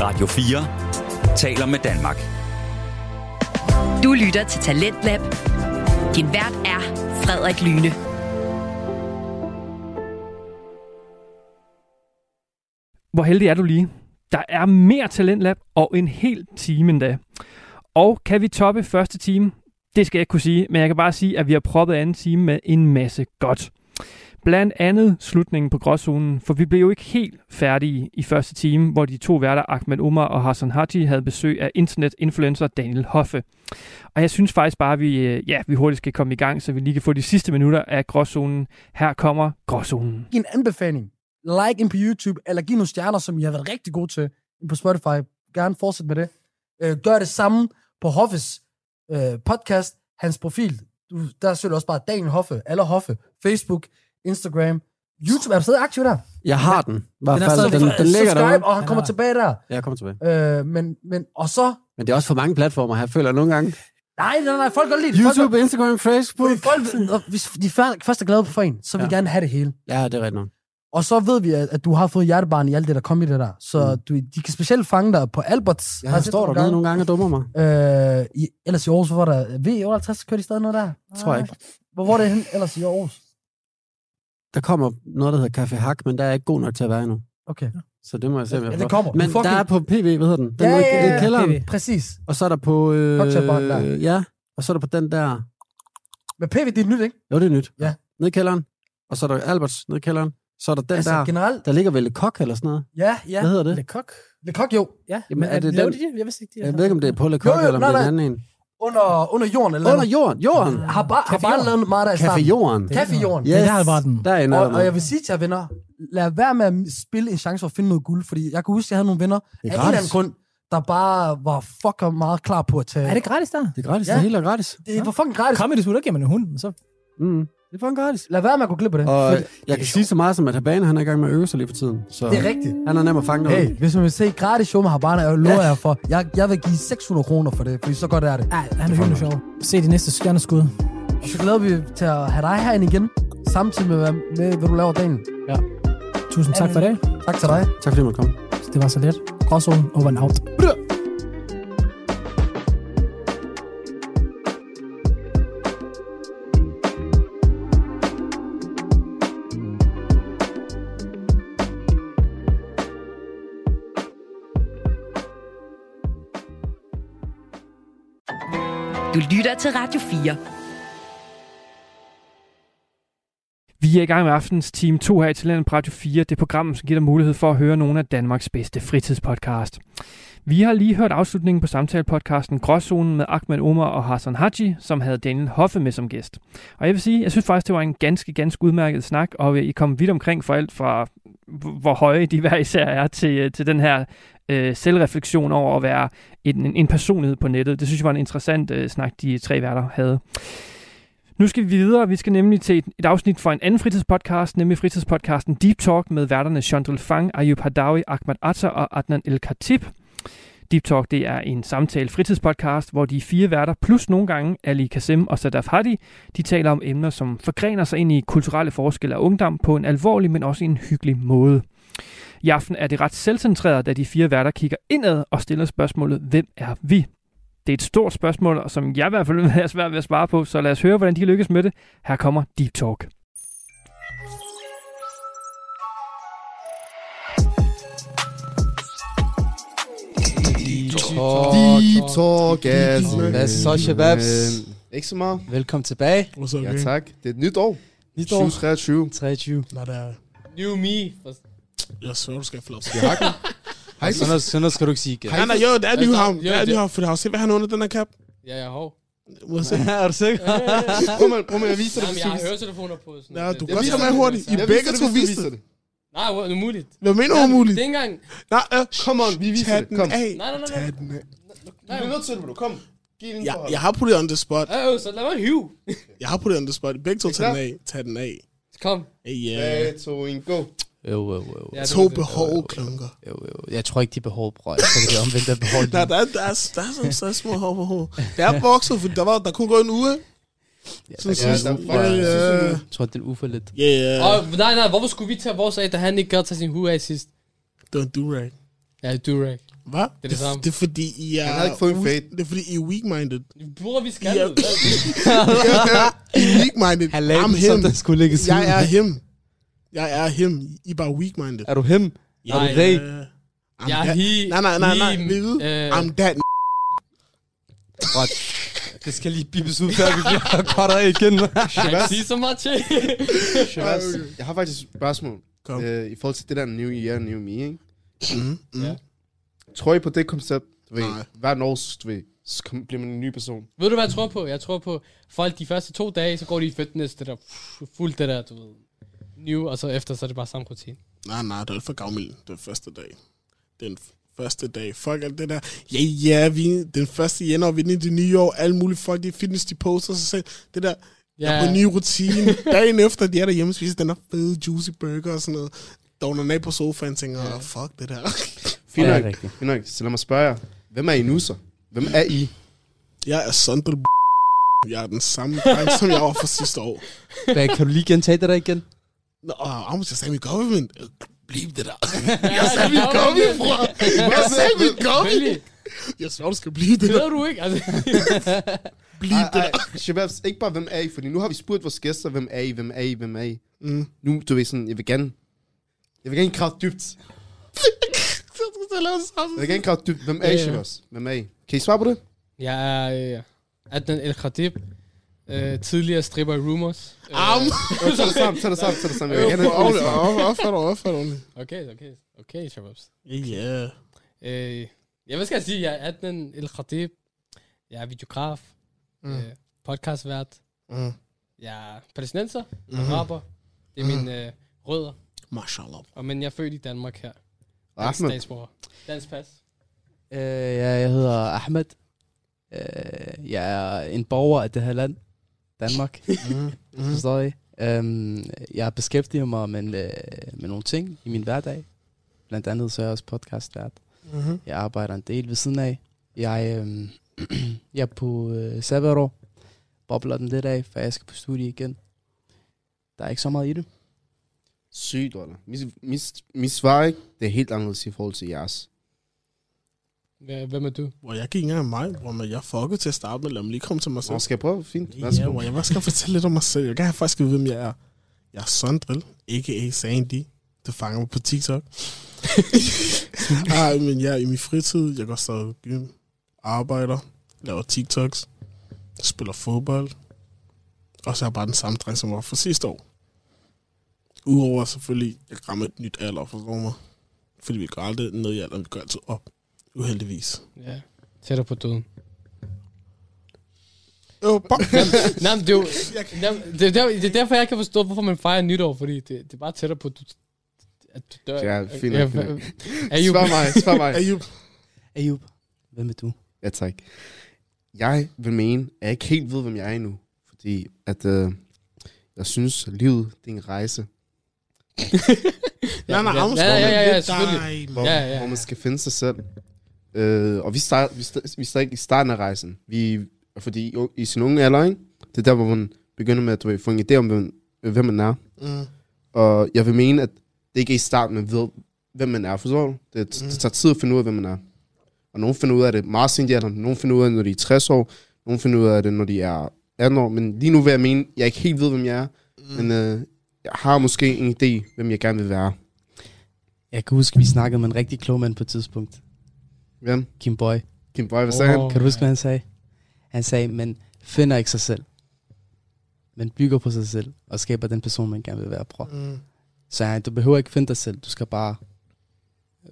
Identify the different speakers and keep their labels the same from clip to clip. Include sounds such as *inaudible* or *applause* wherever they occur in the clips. Speaker 1: Radio 4 taler med Danmark.
Speaker 2: Du lytter til Talentlab. Din vært er Frederik Lyne.
Speaker 3: Hvor heldig er du lige? Der er mere Talentlab og en hel time endda. Og kan vi toppe første time? Det skal jeg ikke kunne sige, men jeg kan bare sige, at vi har proppet anden time med en masse godt. Blandt andet slutningen på gråzonen, for vi blev jo ikke helt færdige i første time, hvor de to værter Ahmed Omar og Hassan Haji havde besøg af internet-influencer Daniel Hoffe. Og jeg synes faktisk bare, at vi, øh, ja, vi hurtigt skal komme i gang, så vi lige kan få de sidste minutter af gråzonen. Her kommer gråzonen.
Speaker 4: Giv en anbefaling. Like ind på YouTube, eller giv nogle stjerner, som I har været rigtig gode til ind på Spotify. Gerne fortsæt med det. Øh, gør det samme på Hoffes øh, podcast, hans profil. Du, der søger du også bare Daniel Hoffe, eller Hoffe, Facebook, Instagram, YouTube. Er du stadig aktiv der?
Speaker 5: Jeg har den. I hvert
Speaker 4: Den er
Speaker 5: fald,
Speaker 4: stadig-
Speaker 5: den, den ligger
Speaker 4: Subscribe,
Speaker 5: derude.
Speaker 4: og han kommer tilbage der.
Speaker 5: Ja, Jeg kommer tilbage.
Speaker 4: Øh, men, men, og så...
Speaker 5: Men det er også for mange platformer, jeg føler nogle gange.
Speaker 4: Nej, nej, nej, folk kan godt lide det. Folk
Speaker 5: *laughs* YouTube, Instagram, Facebook.
Speaker 4: Folk, folk, hvis de før- først er glade for en, så vil ja.
Speaker 5: Ja.
Speaker 4: gerne have det hele.
Speaker 5: Ja, det er rigtigt nok.
Speaker 4: Og så ved vi, at, at du har fået hjertebarn i alt det, der kom i det der. Så mm. du, de kan specielt fange dig på Alberts.
Speaker 5: Jeg, jeg står dernede nogle gange og dummer mig.
Speaker 4: gange. Øh, i, ellers i Aarhus, hvor var der V58, kører de stadig noget der?
Speaker 5: Tror jeg ikke.
Speaker 4: Hvor, hvor er det hen ellers i Aarhus?
Speaker 5: Der kommer noget, der hedder Café Hak, men der er jeg ikke god nok til at være endnu.
Speaker 4: Okay.
Speaker 5: Så det må jeg se, om jeg
Speaker 4: Ja,
Speaker 5: får.
Speaker 4: det kommer. Du
Speaker 5: Men
Speaker 4: fucking-
Speaker 5: der er på PV, hvad hedder den? den
Speaker 4: Ja,
Speaker 5: er
Speaker 4: ja,
Speaker 5: i-
Speaker 4: ja,
Speaker 5: i kælderen.
Speaker 4: PV. Præcis.
Speaker 5: Og så er der på... Øh,
Speaker 4: Cocktailbaren der.
Speaker 5: Ja, og så er der på den der...
Speaker 4: Men PV, det er nyt, ikke?
Speaker 5: Jo, det er nyt.
Speaker 4: Ja.
Speaker 5: Nede i kælderen. Og så er der Alberts nede i kælderen. Så er der den
Speaker 4: altså
Speaker 5: der...
Speaker 4: generelt.
Speaker 5: Der ligger vel et kok eller sådan noget.
Speaker 4: Ja, ja.
Speaker 5: Hvad hedder det?
Speaker 6: Le Coq?
Speaker 4: Le Coq, jo.
Speaker 6: Ja,
Speaker 5: Jamen, er det
Speaker 6: laver
Speaker 5: den-
Speaker 6: de det? Jeg vidste ikke, de
Speaker 5: Jeg ved ikke, om det er på Le Coq,
Speaker 4: Jo, jo,
Speaker 5: eller om
Speaker 4: nej,
Speaker 5: det er en
Speaker 4: nej.
Speaker 5: anden en.
Speaker 4: Under, under jorden eller
Speaker 5: Under jorden. Jorden.
Speaker 4: noget. Har bare, har bare
Speaker 6: Café-jorden.
Speaker 4: lavet meget der i
Speaker 5: Café
Speaker 4: starten.
Speaker 5: Jorden.
Speaker 4: Kaffejorden.
Speaker 6: Ja, der var den.
Speaker 5: Der er en
Speaker 4: Og,
Speaker 5: og,
Speaker 4: og jeg vil sige til jer venner, lad være med at spille en chance for at finde noget guld, fordi jeg kan huske, at jeg havde nogle venner af
Speaker 5: Det
Speaker 4: en
Speaker 5: er
Speaker 4: eller
Speaker 5: gratis.
Speaker 4: anden grund, der bare var fucking meget klar på at tage...
Speaker 6: Er det gratis der?
Speaker 5: Det er gratis.
Speaker 4: Ja.
Speaker 5: Ja. Det hele er gratis.
Speaker 4: det var fucking gratis.
Speaker 6: Kom i det sgu, der giver man en hund. Så...
Speaker 5: Mm. Det er fucking gratis.
Speaker 4: Lad være med at gå glip af det.
Speaker 5: Og
Speaker 4: Fedt.
Speaker 5: jeg kan sige så meget som, at Habane, han er i gang med at øve sig lige for tiden. Så
Speaker 4: det er rigtigt.
Speaker 5: han er nem at fange noget.
Speaker 4: Hey, hvis man vil se et gratis show med Habana, jeg lover jer for, jeg, jeg vil give 600 kroner for det, fordi så godt er det.
Speaker 6: Ej, han er hyggelig sjov. Se de næste stjerneskud.
Speaker 4: Og så glæder vi til at have dig herinde igen, samtidig med, hvad- med hvad du laver dagen.
Speaker 6: Tusind tak for det.
Speaker 4: Tak til dig.
Speaker 5: Tak fordi du måtte komme.
Speaker 6: Det var så let. Gråzonen over en out.
Speaker 2: Du lytter til Radio 4.
Speaker 3: Vi er i gang med aftens Team 2 her i Talent på Radio 4, det program, som giver dig mulighed for at høre nogle af Danmarks bedste fritidspodcast. Vi har lige hørt afslutningen på samtalepodcasten Gråzonen med Ahmed Omar og Hassan Haji, som havde Daniel Hoffe med som gæst. Og jeg vil sige, jeg synes faktisk, det var en ganske, ganske udmærket snak, og I kom vidt omkring for alt fra, hvor høje de hver især er, til, til den her øh, selvreflektion over at være en, en, en personlighed på nettet. Det synes jeg var en interessant øh, snak, de tre værter havde. Nu skal vi videre. Vi skal nemlig til et, et afsnit fra en anden fritidspodcast, nemlig fritidspodcasten Deep Talk med værterne Chandral Fang, Ayub Hadawi, Ahmad Atta og Adnan El Khatib. Deep Talk det er en samtale fritidspodcast, hvor de fire værter, plus nogle gange Ali Kassem og Sadaf Hadi, de taler om emner, som forgrener sig ind i kulturelle forskelle og ungdom på en alvorlig, men også en hyggelig måde. I aften er det ret selvcentreret, da de fire værter kigger indad og stiller spørgsmålet, hvem er vi? Det er et stort spørgsmål, og som jeg i hvert fald vil have svært ved at svare på, så lad os høre, hvordan de lykkes med det. Her kommer Deep Talk.
Speaker 7: Deep Talk, yes.
Speaker 8: Hvad så, shababs?
Speaker 7: Ikke så meget.
Speaker 8: Velkommen tilbage.
Speaker 7: Ja, tak. Det er et nyt år.
Speaker 8: Nyt år.
Speaker 7: 2023.
Speaker 8: 23.
Speaker 9: Når der er...
Speaker 8: New me.
Speaker 9: Jeg svær, du skal have
Speaker 7: Jeg
Speaker 9: flop.
Speaker 7: har ikke... Hej,
Speaker 8: Sådan noget, sådan noget skal du ikke sige,
Speaker 9: Nej, nej, jo, det er
Speaker 8: Altså,
Speaker 9: Nyhavn. Det
Speaker 8: jo,
Speaker 9: er
Speaker 8: det-
Speaker 9: Nyhavn, for har du set, hvad han har under den her cap?
Speaker 8: Ja, jeg er hård.
Speaker 9: USA.
Speaker 8: er du sikker?
Speaker 7: Prøv med, prøv med at vise dig det.
Speaker 8: Jamen, jeg har høretelefoner på. Sådan
Speaker 9: Ja,
Speaker 8: noget.
Speaker 9: du
Speaker 8: Det-
Speaker 9: kan godt
Speaker 7: viser
Speaker 9: tage mig
Speaker 7: det,
Speaker 9: hurtigt. I
Speaker 7: Jeg
Speaker 9: begge
Speaker 7: viser det,
Speaker 9: to
Speaker 7: hvis du
Speaker 9: viste
Speaker 7: viser
Speaker 9: det.
Speaker 7: det.
Speaker 8: Nej, hvor er det muligt?
Speaker 9: Hvad mener du umuligt?
Speaker 8: Det er ikke engang...
Speaker 9: Nej, øh,
Speaker 7: Come on, vi viser
Speaker 9: tag
Speaker 7: det.
Speaker 9: den
Speaker 7: Kom.
Speaker 9: af.
Speaker 8: Nej, nej, nej,
Speaker 9: Tag
Speaker 8: nej.
Speaker 9: den af.
Speaker 7: Du bliver nødt til det, bro. Kom. Giv den
Speaker 9: Jeg,
Speaker 7: for
Speaker 9: jeg har puttet on the spot.
Speaker 8: Øh, øh, så lad mig hive.
Speaker 9: *laughs* Jeg har puttet on the spot. I Begge to
Speaker 7: Er I
Speaker 9: tag den
Speaker 7: klar?
Speaker 9: af. Tag den af.
Speaker 8: Kom.
Speaker 9: Hey,
Speaker 7: Tre,
Speaker 9: Yeah.
Speaker 7: to, en, go.
Speaker 8: Jo, jo, jo. Ja,
Speaker 9: To behov klunker.
Speaker 8: Jo, jo. Jeg tror ikke, de er behov, bror. Jeg tror, det er omvendt af behov.
Speaker 9: *laughs* Nej, der, er- der, er, der er sådan så små hår på hår. Der er vokset, for der, var, der kunne gå en uge. Sådan,
Speaker 7: Ja,
Speaker 9: sådan,
Speaker 7: der
Speaker 9: sådan.
Speaker 7: er
Speaker 9: Ja,
Speaker 7: faktisk-
Speaker 9: ja.
Speaker 8: Jeg tror, det er ufor lidt.
Speaker 9: Ja,
Speaker 8: Og,
Speaker 6: Øh,
Speaker 9: ja.
Speaker 8: nej, nej, hvorfor skulle vi tage vores af, da han ikke gad tage sin hue af sidst?
Speaker 9: Det var en durag.
Speaker 8: Ja, du right.
Speaker 9: Hvad?
Speaker 6: Det er det samme.
Speaker 9: Det er fordi, I er...
Speaker 7: Han havde ikke fået en
Speaker 9: weak-
Speaker 7: fade.
Speaker 9: Det er fordi, I er weak-minded.
Speaker 6: Bruger vi skal
Speaker 9: Ja. I er weak-minded.
Speaker 4: Han lagde
Speaker 9: I'm
Speaker 4: den,
Speaker 9: him.
Speaker 4: som den skulle lægges
Speaker 9: Jeg
Speaker 4: ud.
Speaker 9: er him. Jeg er him. I er bare weak-minded.
Speaker 4: Er du hem?
Speaker 6: Ja,
Speaker 4: er du
Speaker 6: ja.
Speaker 4: they?
Speaker 9: Øh, I'm
Speaker 6: Jeg er
Speaker 9: that-
Speaker 6: he,
Speaker 9: Nej, nej, nej, nej.
Speaker 6: him,
Speaker 9: Vi ved.
Speaker 6: øh,
Speaker 9: I'm that
Speaker 4: Det skal lige bippes ud, før vi
Speaker 6: *laughs*
Speaker 4: bliver godt af igen.
Speaker 6: Jeg kan ikke sige så meget til.
Speaker 7: Shabazz, Altså, jeg har faktisk et spørgsmål.
Speaker 9: Kom.
Speaker 7: Øh, I forhold til det der new year, new me, ikke?
Speaker 9: Mm, mm.
Speaker 6: Ja.
Speaker 7: Tror I på det koncept? Du ved,
Speaker 9: Nej.
Speaker 7: hver års, du ved, så kom- bliver man en ny person.
Speaker 6: Ved du, hvad jeg tror på? Jeg tror på, folk de første to dage, så går de i fitness, det der, pff, fuldt det der, du ved, new, og så efter, så er det bare samme rutine.
Speaker 9: Nej, nej, det er for gavmild. Den første dag. Den f- første dag. Fuck alt det der. Ja, ja, vi, den første januar, vi er inde i det nye år. Alle mulige folk, de er fitness, de poster sig selv. Det der,
Speaker 6: Ja.
Speaker 9: ja. på ny rutine. Dagen efter, de er derhjemme og spiser den der fede juicy burger og sådan noget. Dogner ned på sofaen og tænker,
Speaker 6: Ja.
Speaker 9: ja. fuck det der.
Speaker 7: Fint
Speaker 4: Ja,
Speaker 7: nok,
Speaker 4: rigtigt.
Speaker 7: fint nok. Så lad mig spørge jer. Hvem er I nu så? Hvem er I?
Speaker 9: Jeg er Sondre Jeg er den samme dreng, som jeg var for sidste år.
Speaker 4: *laughs* Hvad, kan du lige gentage det der igen?
Speaker 9: Nå, I'm just having government. Bliv det der. *laughs*
Speaker 6: Jeg sagde, vi
Speaker 9: Kom vi, bror. Jeg sagde, vi kom
Speaker 6: Vældig.
Speaker 9: Jeg svarer, du skal blive det
Speaker 6: Det
Speaker 9: der.
Speaker 6: ved du ikke, altså.
Speaker 9: Bliv
Speaker 7: Ej,
Speaker 9: det der.
Speaker 7: ej, Shababs, ikke bare hvem er I? Fordi nu har vi spurgt vores gæster, hvem er I, hvem er I, hvem er I?
Speaker 9: Mm.
Speaker 7: Nu, du ved sådan, jeg vil gerne... Jeg vil gerne grave dybt.
Speaker 9: Så skal jeg lave det samme.
Speaker 7: Jeg vil gerne grave dybt. Hvem er
Speaker 6: Ja,
Speaker 7: I,
Speaker 6: ja.
Speaker 7: Shababs? Hvem er I? Kan I svare på det?
Speaker 6: Jeg er øh, Adnan El Khatib, øh, tidligere stripper i Rumors. Øh,
Speaker 9: Am.
Speaker 7: Jo, Tag det
Speaker 9: *laughs*
Speaker 7: sammen, tag det sammen, tag det sammen.
Speaker 9: Øh,
Speaker 7: Jeg vil gerne have et
Speaker 9: Opfør
Speaker 7: ordentligt
Speaker 9: dig,
Speaker 7: svar.
Speaker 9: opfør dig, opfør dig ordentligt.
Speaker 6: Okay, okay, okay, Shababs.
Speaker 9: Ja.
Speaker 6: Øh, ja, hvad skal jeg sige? Jeg er Adnan El Khatib. Jeg er videograf. Mm. Øh, podcastvært.
Speaker 9: Mm.
Speaker 6: Jeg er palæstinenser.
Speaker 9: Mhm.
Speaker 6: Mm. Araber. Det er
Speaker 9: Mm-hmm.
Speaker 6: mine øh, rødder.
Speaker 9: Mashallah.
Speaker 6: Og men jeg er født i Danmark her. Dansk
Speaker 7: Ahmed,
Speaker 6: statsborger. Dansk pas.
Speaker 4: Øh, ja, jeg hedder Ahmed. Øh, jeg er en borger af det her land, Danmark. Forstår I? Øhm, jeg beskæftiger mig med, øh, med nogle ting i min hverdag. Blandt andet så er jeg også podcastvært.
Speaker 9: Mhm.
Speaker 4: Jeg arbejder en del ved siden af. Jeg, øhm, *clears throat* jeg er på øh, sabbatår. Bobler den lidt af, for jeg skal på studie igen. Der er ikke så meget i det.
Speaker 7: sygt, eller? Mis- mis- Mit svar, ikke? Det er helt anderledes i forhold til jeres.
Speaker 6: Hva- Hvem er du?
Speaker 9: Hvor jeg gik ikke engang mig, hvor man, jeg fuckede til at starte med, lad mig lige komme til mig
Speaker 7: Nå,
Speaker 9: selv.
Speaker 7: skal jeg prøve? Fint.
Speaker 9: Ja,
Speaker 7: Værsgo.
Speaker 9: hvor jeg bare skal fortælle lidt om mig selv. Jeg vil gerne faktisk vide, hvem jeg er. Jeg er Sondrel, a.k.a. Sandy. Du fanger mig på
Speaker 7: *laughs*
Speaker 9: TikTok. Ej, men jeg er i min fritid. Jeg går stadig i gym, arbejder, laver TikToks, spiller fodbold. Og så er jeg bare den samme dreng, som jeg var for sidste år. Udover selvfølgelig, jeg rammer et nyt alder, forstår mig. Fordi vi går aldrig ned i alderen, vi går altid op. Uheldigvis.
Speaker 6: Ja. Tættere på døden.
Speaker 9: Øh, bom.
Speaker 6: Nej, men det er jo... Jamen, Det er, der, det er derfor, jeg ikke kan forstå, hvorfor man fejrer nytår, fordi det, det er bare tættere på, at du, at du dør.
Speaker 7: Ja, fint nok, fint nok.
Speaker 6: Er I jo...
Speaker 7: Svar mig, svar mig.
Speaker 9: Er I
Speaker 4: Ayub, hvem er du?
Speaker 7: Ja, tak. Jeg vil mene, at jeg ikke helt ved, hvem jeg er endnu. Fordi at, øh, jeg synes, livet det er en rejse,
Speaker 9: Nej, nej,
Speaker 6: ja,
Speaker 9: Amos,
Speaker 6: ja, ja, ja, ja,
Speaker 9: lidt
Speaker 6: selvfølgelig.
Speaker 9: dig,
Speaker 7: hvor,
Speaker 9: mand.
Speaker 6: Ja, ja,
Speaker 7: hvor
Speaker 6: ja.
Speaker 7: man skal finde sig selv. Øh, og vi, start, vi, sta- vi er stadig i starten af rejsen. Vi, fordi jo, i sin unge alder, ikke? det er der, hvor man begynder med at du ved, få en idé om, hvem, øh, hvem man er.
Speaker 9: Mm.
Speaker 7: Og jeg vil mene, at det ikke er i starten, man ved, hvem man er. Forstår du? Det, mm. det tager tid at finde ud af, hvem man er. Og nogen finder ud af det meget sent i alderen. Nogen finder ud af det, når de er 60 år. Nogen finder ud af det, når de er 18 år. Men lige nu vil jeg mene, at jeg ikke helt ved, hvem jeg er. Mm. Men øh, jeg har måske en idé, hvem jeg gerne vil være.
Speaker 4: Jeg kan huske, vi snakkede med en rigtig klog mand på et tidspunkt.
Speaker 7: Hvem?
Speaker 4: Kim Boy.
Speaker 7: Kim Boy, hvad sagde oh. han?
Speaker 4: Kan du huske, hvad han sagde? Han sagde, man finder ikke sig selv. Man bygger på sig selv, og skaber den person, man gerne vil være, bror.
Speaker 9: Mm.
Speaker 4: Så han, du behøver ikke finde dig selv, du skal bare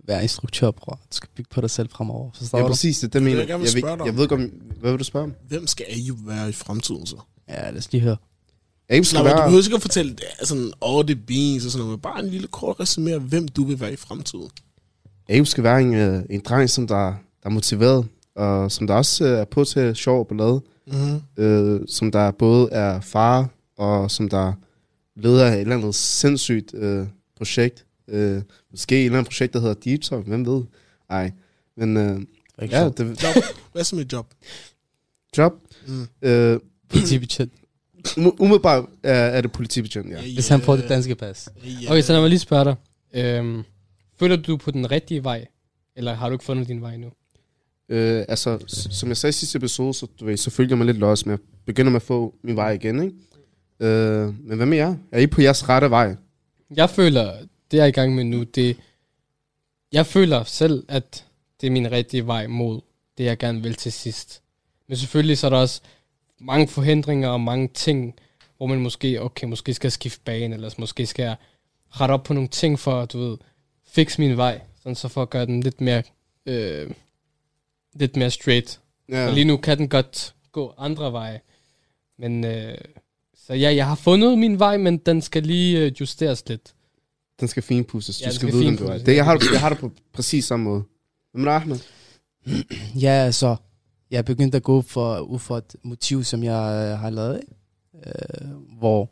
Speaker 4: være instruktør, bror. Du skal bygge på dig selv fremover, forstår
Speaker 7: Ja,
Speaker 4: du?
Speaker 7: præcis. Det, er det
Speaker 9: vil
Speaker 7: mener jeg.
Speaker 9: jeg gerne
Speaker 7: Jeg, ved,
Speaker 9: spørge dig om.
Speaker 7: jeg ved godt, hvad vil du spørge om?
Speaker 9: Hvem skal Ayub være i fremtiden så?
Speaker 4: Ja, lad os lige høre.
Speaker 7: Abe
Speaker 9: Nej,
Speaker 7: skal
Speaker 9: men du
Speaker 7: være...
Speaker 9: behøver ikke at fortælle det, er sådan all the beans og sådan noget, men bare en lille kort resumé af, hvem du vil være i fremtiden.
Speaker 7: Abe skal være en, øh, en dreng, som der, der er motiveret, og som der også øh, er på til sjov og ballade,
Speaker 9: Mm.
Speaker 7: øh, som der både er far, og som der leder af et eller andet sindssygt øh, projekt. Øh, måske et eller andet projekt, der hedder Deep Talk, hvem ved? Ej, men øh,
Speaker 4: Ikke
Speaker 7: ja,
Speaker 4: ja.
Speaker 7: det
Speaker 9: Job. Hvad så med job?
Speaker 7: job.
Speaker 9: Mm.
Speaker 7: Øh,
Speaker 4: Politibetjent,
Speaker 7: ume- umiddelbart er, er det politibetjent, ja.
Speaker 4: hvis
Speaker 6: øh,
Speaker 4: han får det danske pas.
Speaker 9: Ja,
Speaker 6: Okay, så lad mig lige spørge dig. Øhm, føler du, du er på den rigtige vej Eller har du ikke fundet din vej endnu?
Speaker 7: Øh, altså, s- som jeg sagde i sidste episode, så, du ved, så følte jeg mig lidt lost, men jeg begynder med at få min vej igen, ikke? Øh, men hvad med jer? Er I på jeres rette vej?
Speaker 6: Jeg føler, det jeg er i gang med nu, det... Jeg føler selv, at det er min rigtige vej mod det, jeg gerne vil til sidst. Men selvfølgelig så er der også mange forhindringer og mange ting, hvor man måske, okay, måske skal jeg skifte bane, eller måske skal jeg rette op på nogle ting for, du ved, fix min vej, sådan så for at gøre den lidt mere, øh, lidt mere straight.
Speaker 7: Ja.
Speaker 6: Og lige nu kan den godt gå andre veje. Men øh, så ja, jeg har fundet min vej, men den skal lige øh, justeres lidt.
Speaker 7: Den skal finpusses.
Speaker 6: Ja,
Speaker 7: Ja, du
Speaker 6: den
Speaker 7: skal,
Speaker 6: skal
Speaker 7: vide, hvem du er.
Speaker 6: finpudses,
Speaker 7: Det,
Speaker 6: ja.
Speaker 7: jeg, har, jeg har det på præcis samme måde. Hvad med dig, Ahmed?
Speaker 4: Ja, altså, jeg begyndte at gå for, ud for et motiv, som jeg øh, har lavet, ikke? øh, hvor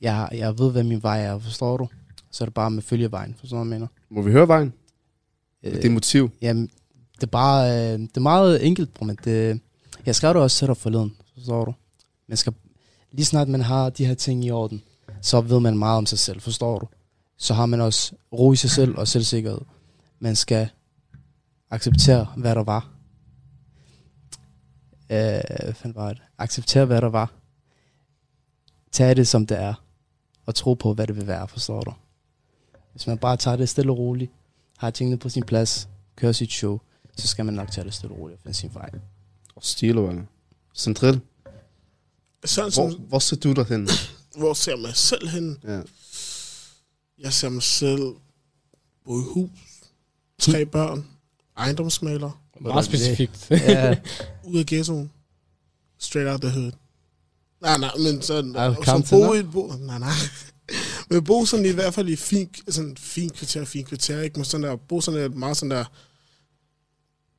Speaker 4: jeg, jeg ved, hvad min vej er, forstår du? Så er det bare med følgevejen, forstår du, hvad jeg mener?
Speaker 7: Må vi høre vejen? Øh.
Speaker 4: Øh,
Speaker 7: Det er motiv.
Speaker 4: Jamen, det er bare øh, det er meget enkelt, bro, men det, jeg skrev det også selv op forleden, forstår du? Man skal, lige snart man har de her ting i orden, så ved man meget om sig selv, forstår du? Så har man også ro i sig selv og selvsikkerhed. Man skal acceptere, hvad der var. Øh, hvad fanden var det? Acceptere, hvad der var. Tag det, som det er. Og tro på, hvad det vil være, forstår du? Hvis man bare tager det stille og roligt, har tingene på sin plads, kører sit show, så skal man nok tage det stille og roligt og finde sin vej.
Speaker 7: Og stilo, eller? Centril.
Speaker 9: Sådan som,
Speaker 7: Hvor, hvor ser du dig hen?
Speaker 9: hvor ser jeg mig selv henne?
Speaker 7: Ja.
Speaker 9: Jeg ser mig selv bo i hus, tre børn, ejendomsmaler,
Speaker 6: Meget specifikt. *laughs*
Speaker 4: Ja,
Speaker 9: ud af ghettoen, straight out the hood. Nej, nej, men sådan,
Speaker 4: Ej,
Speaker 9: og
Speaker 4: kom
Speaker 9: så
Speaker 4: til
Speaker 9: bo
Speaker 4: dig.
Speaker 9: i et bo, nej, nej. *laughs* Men bo sådan i hvert fald i fint, sådan fint kvarter, fint kvarter, ikke? Men sådan der, bo sådan der, meget sådan der,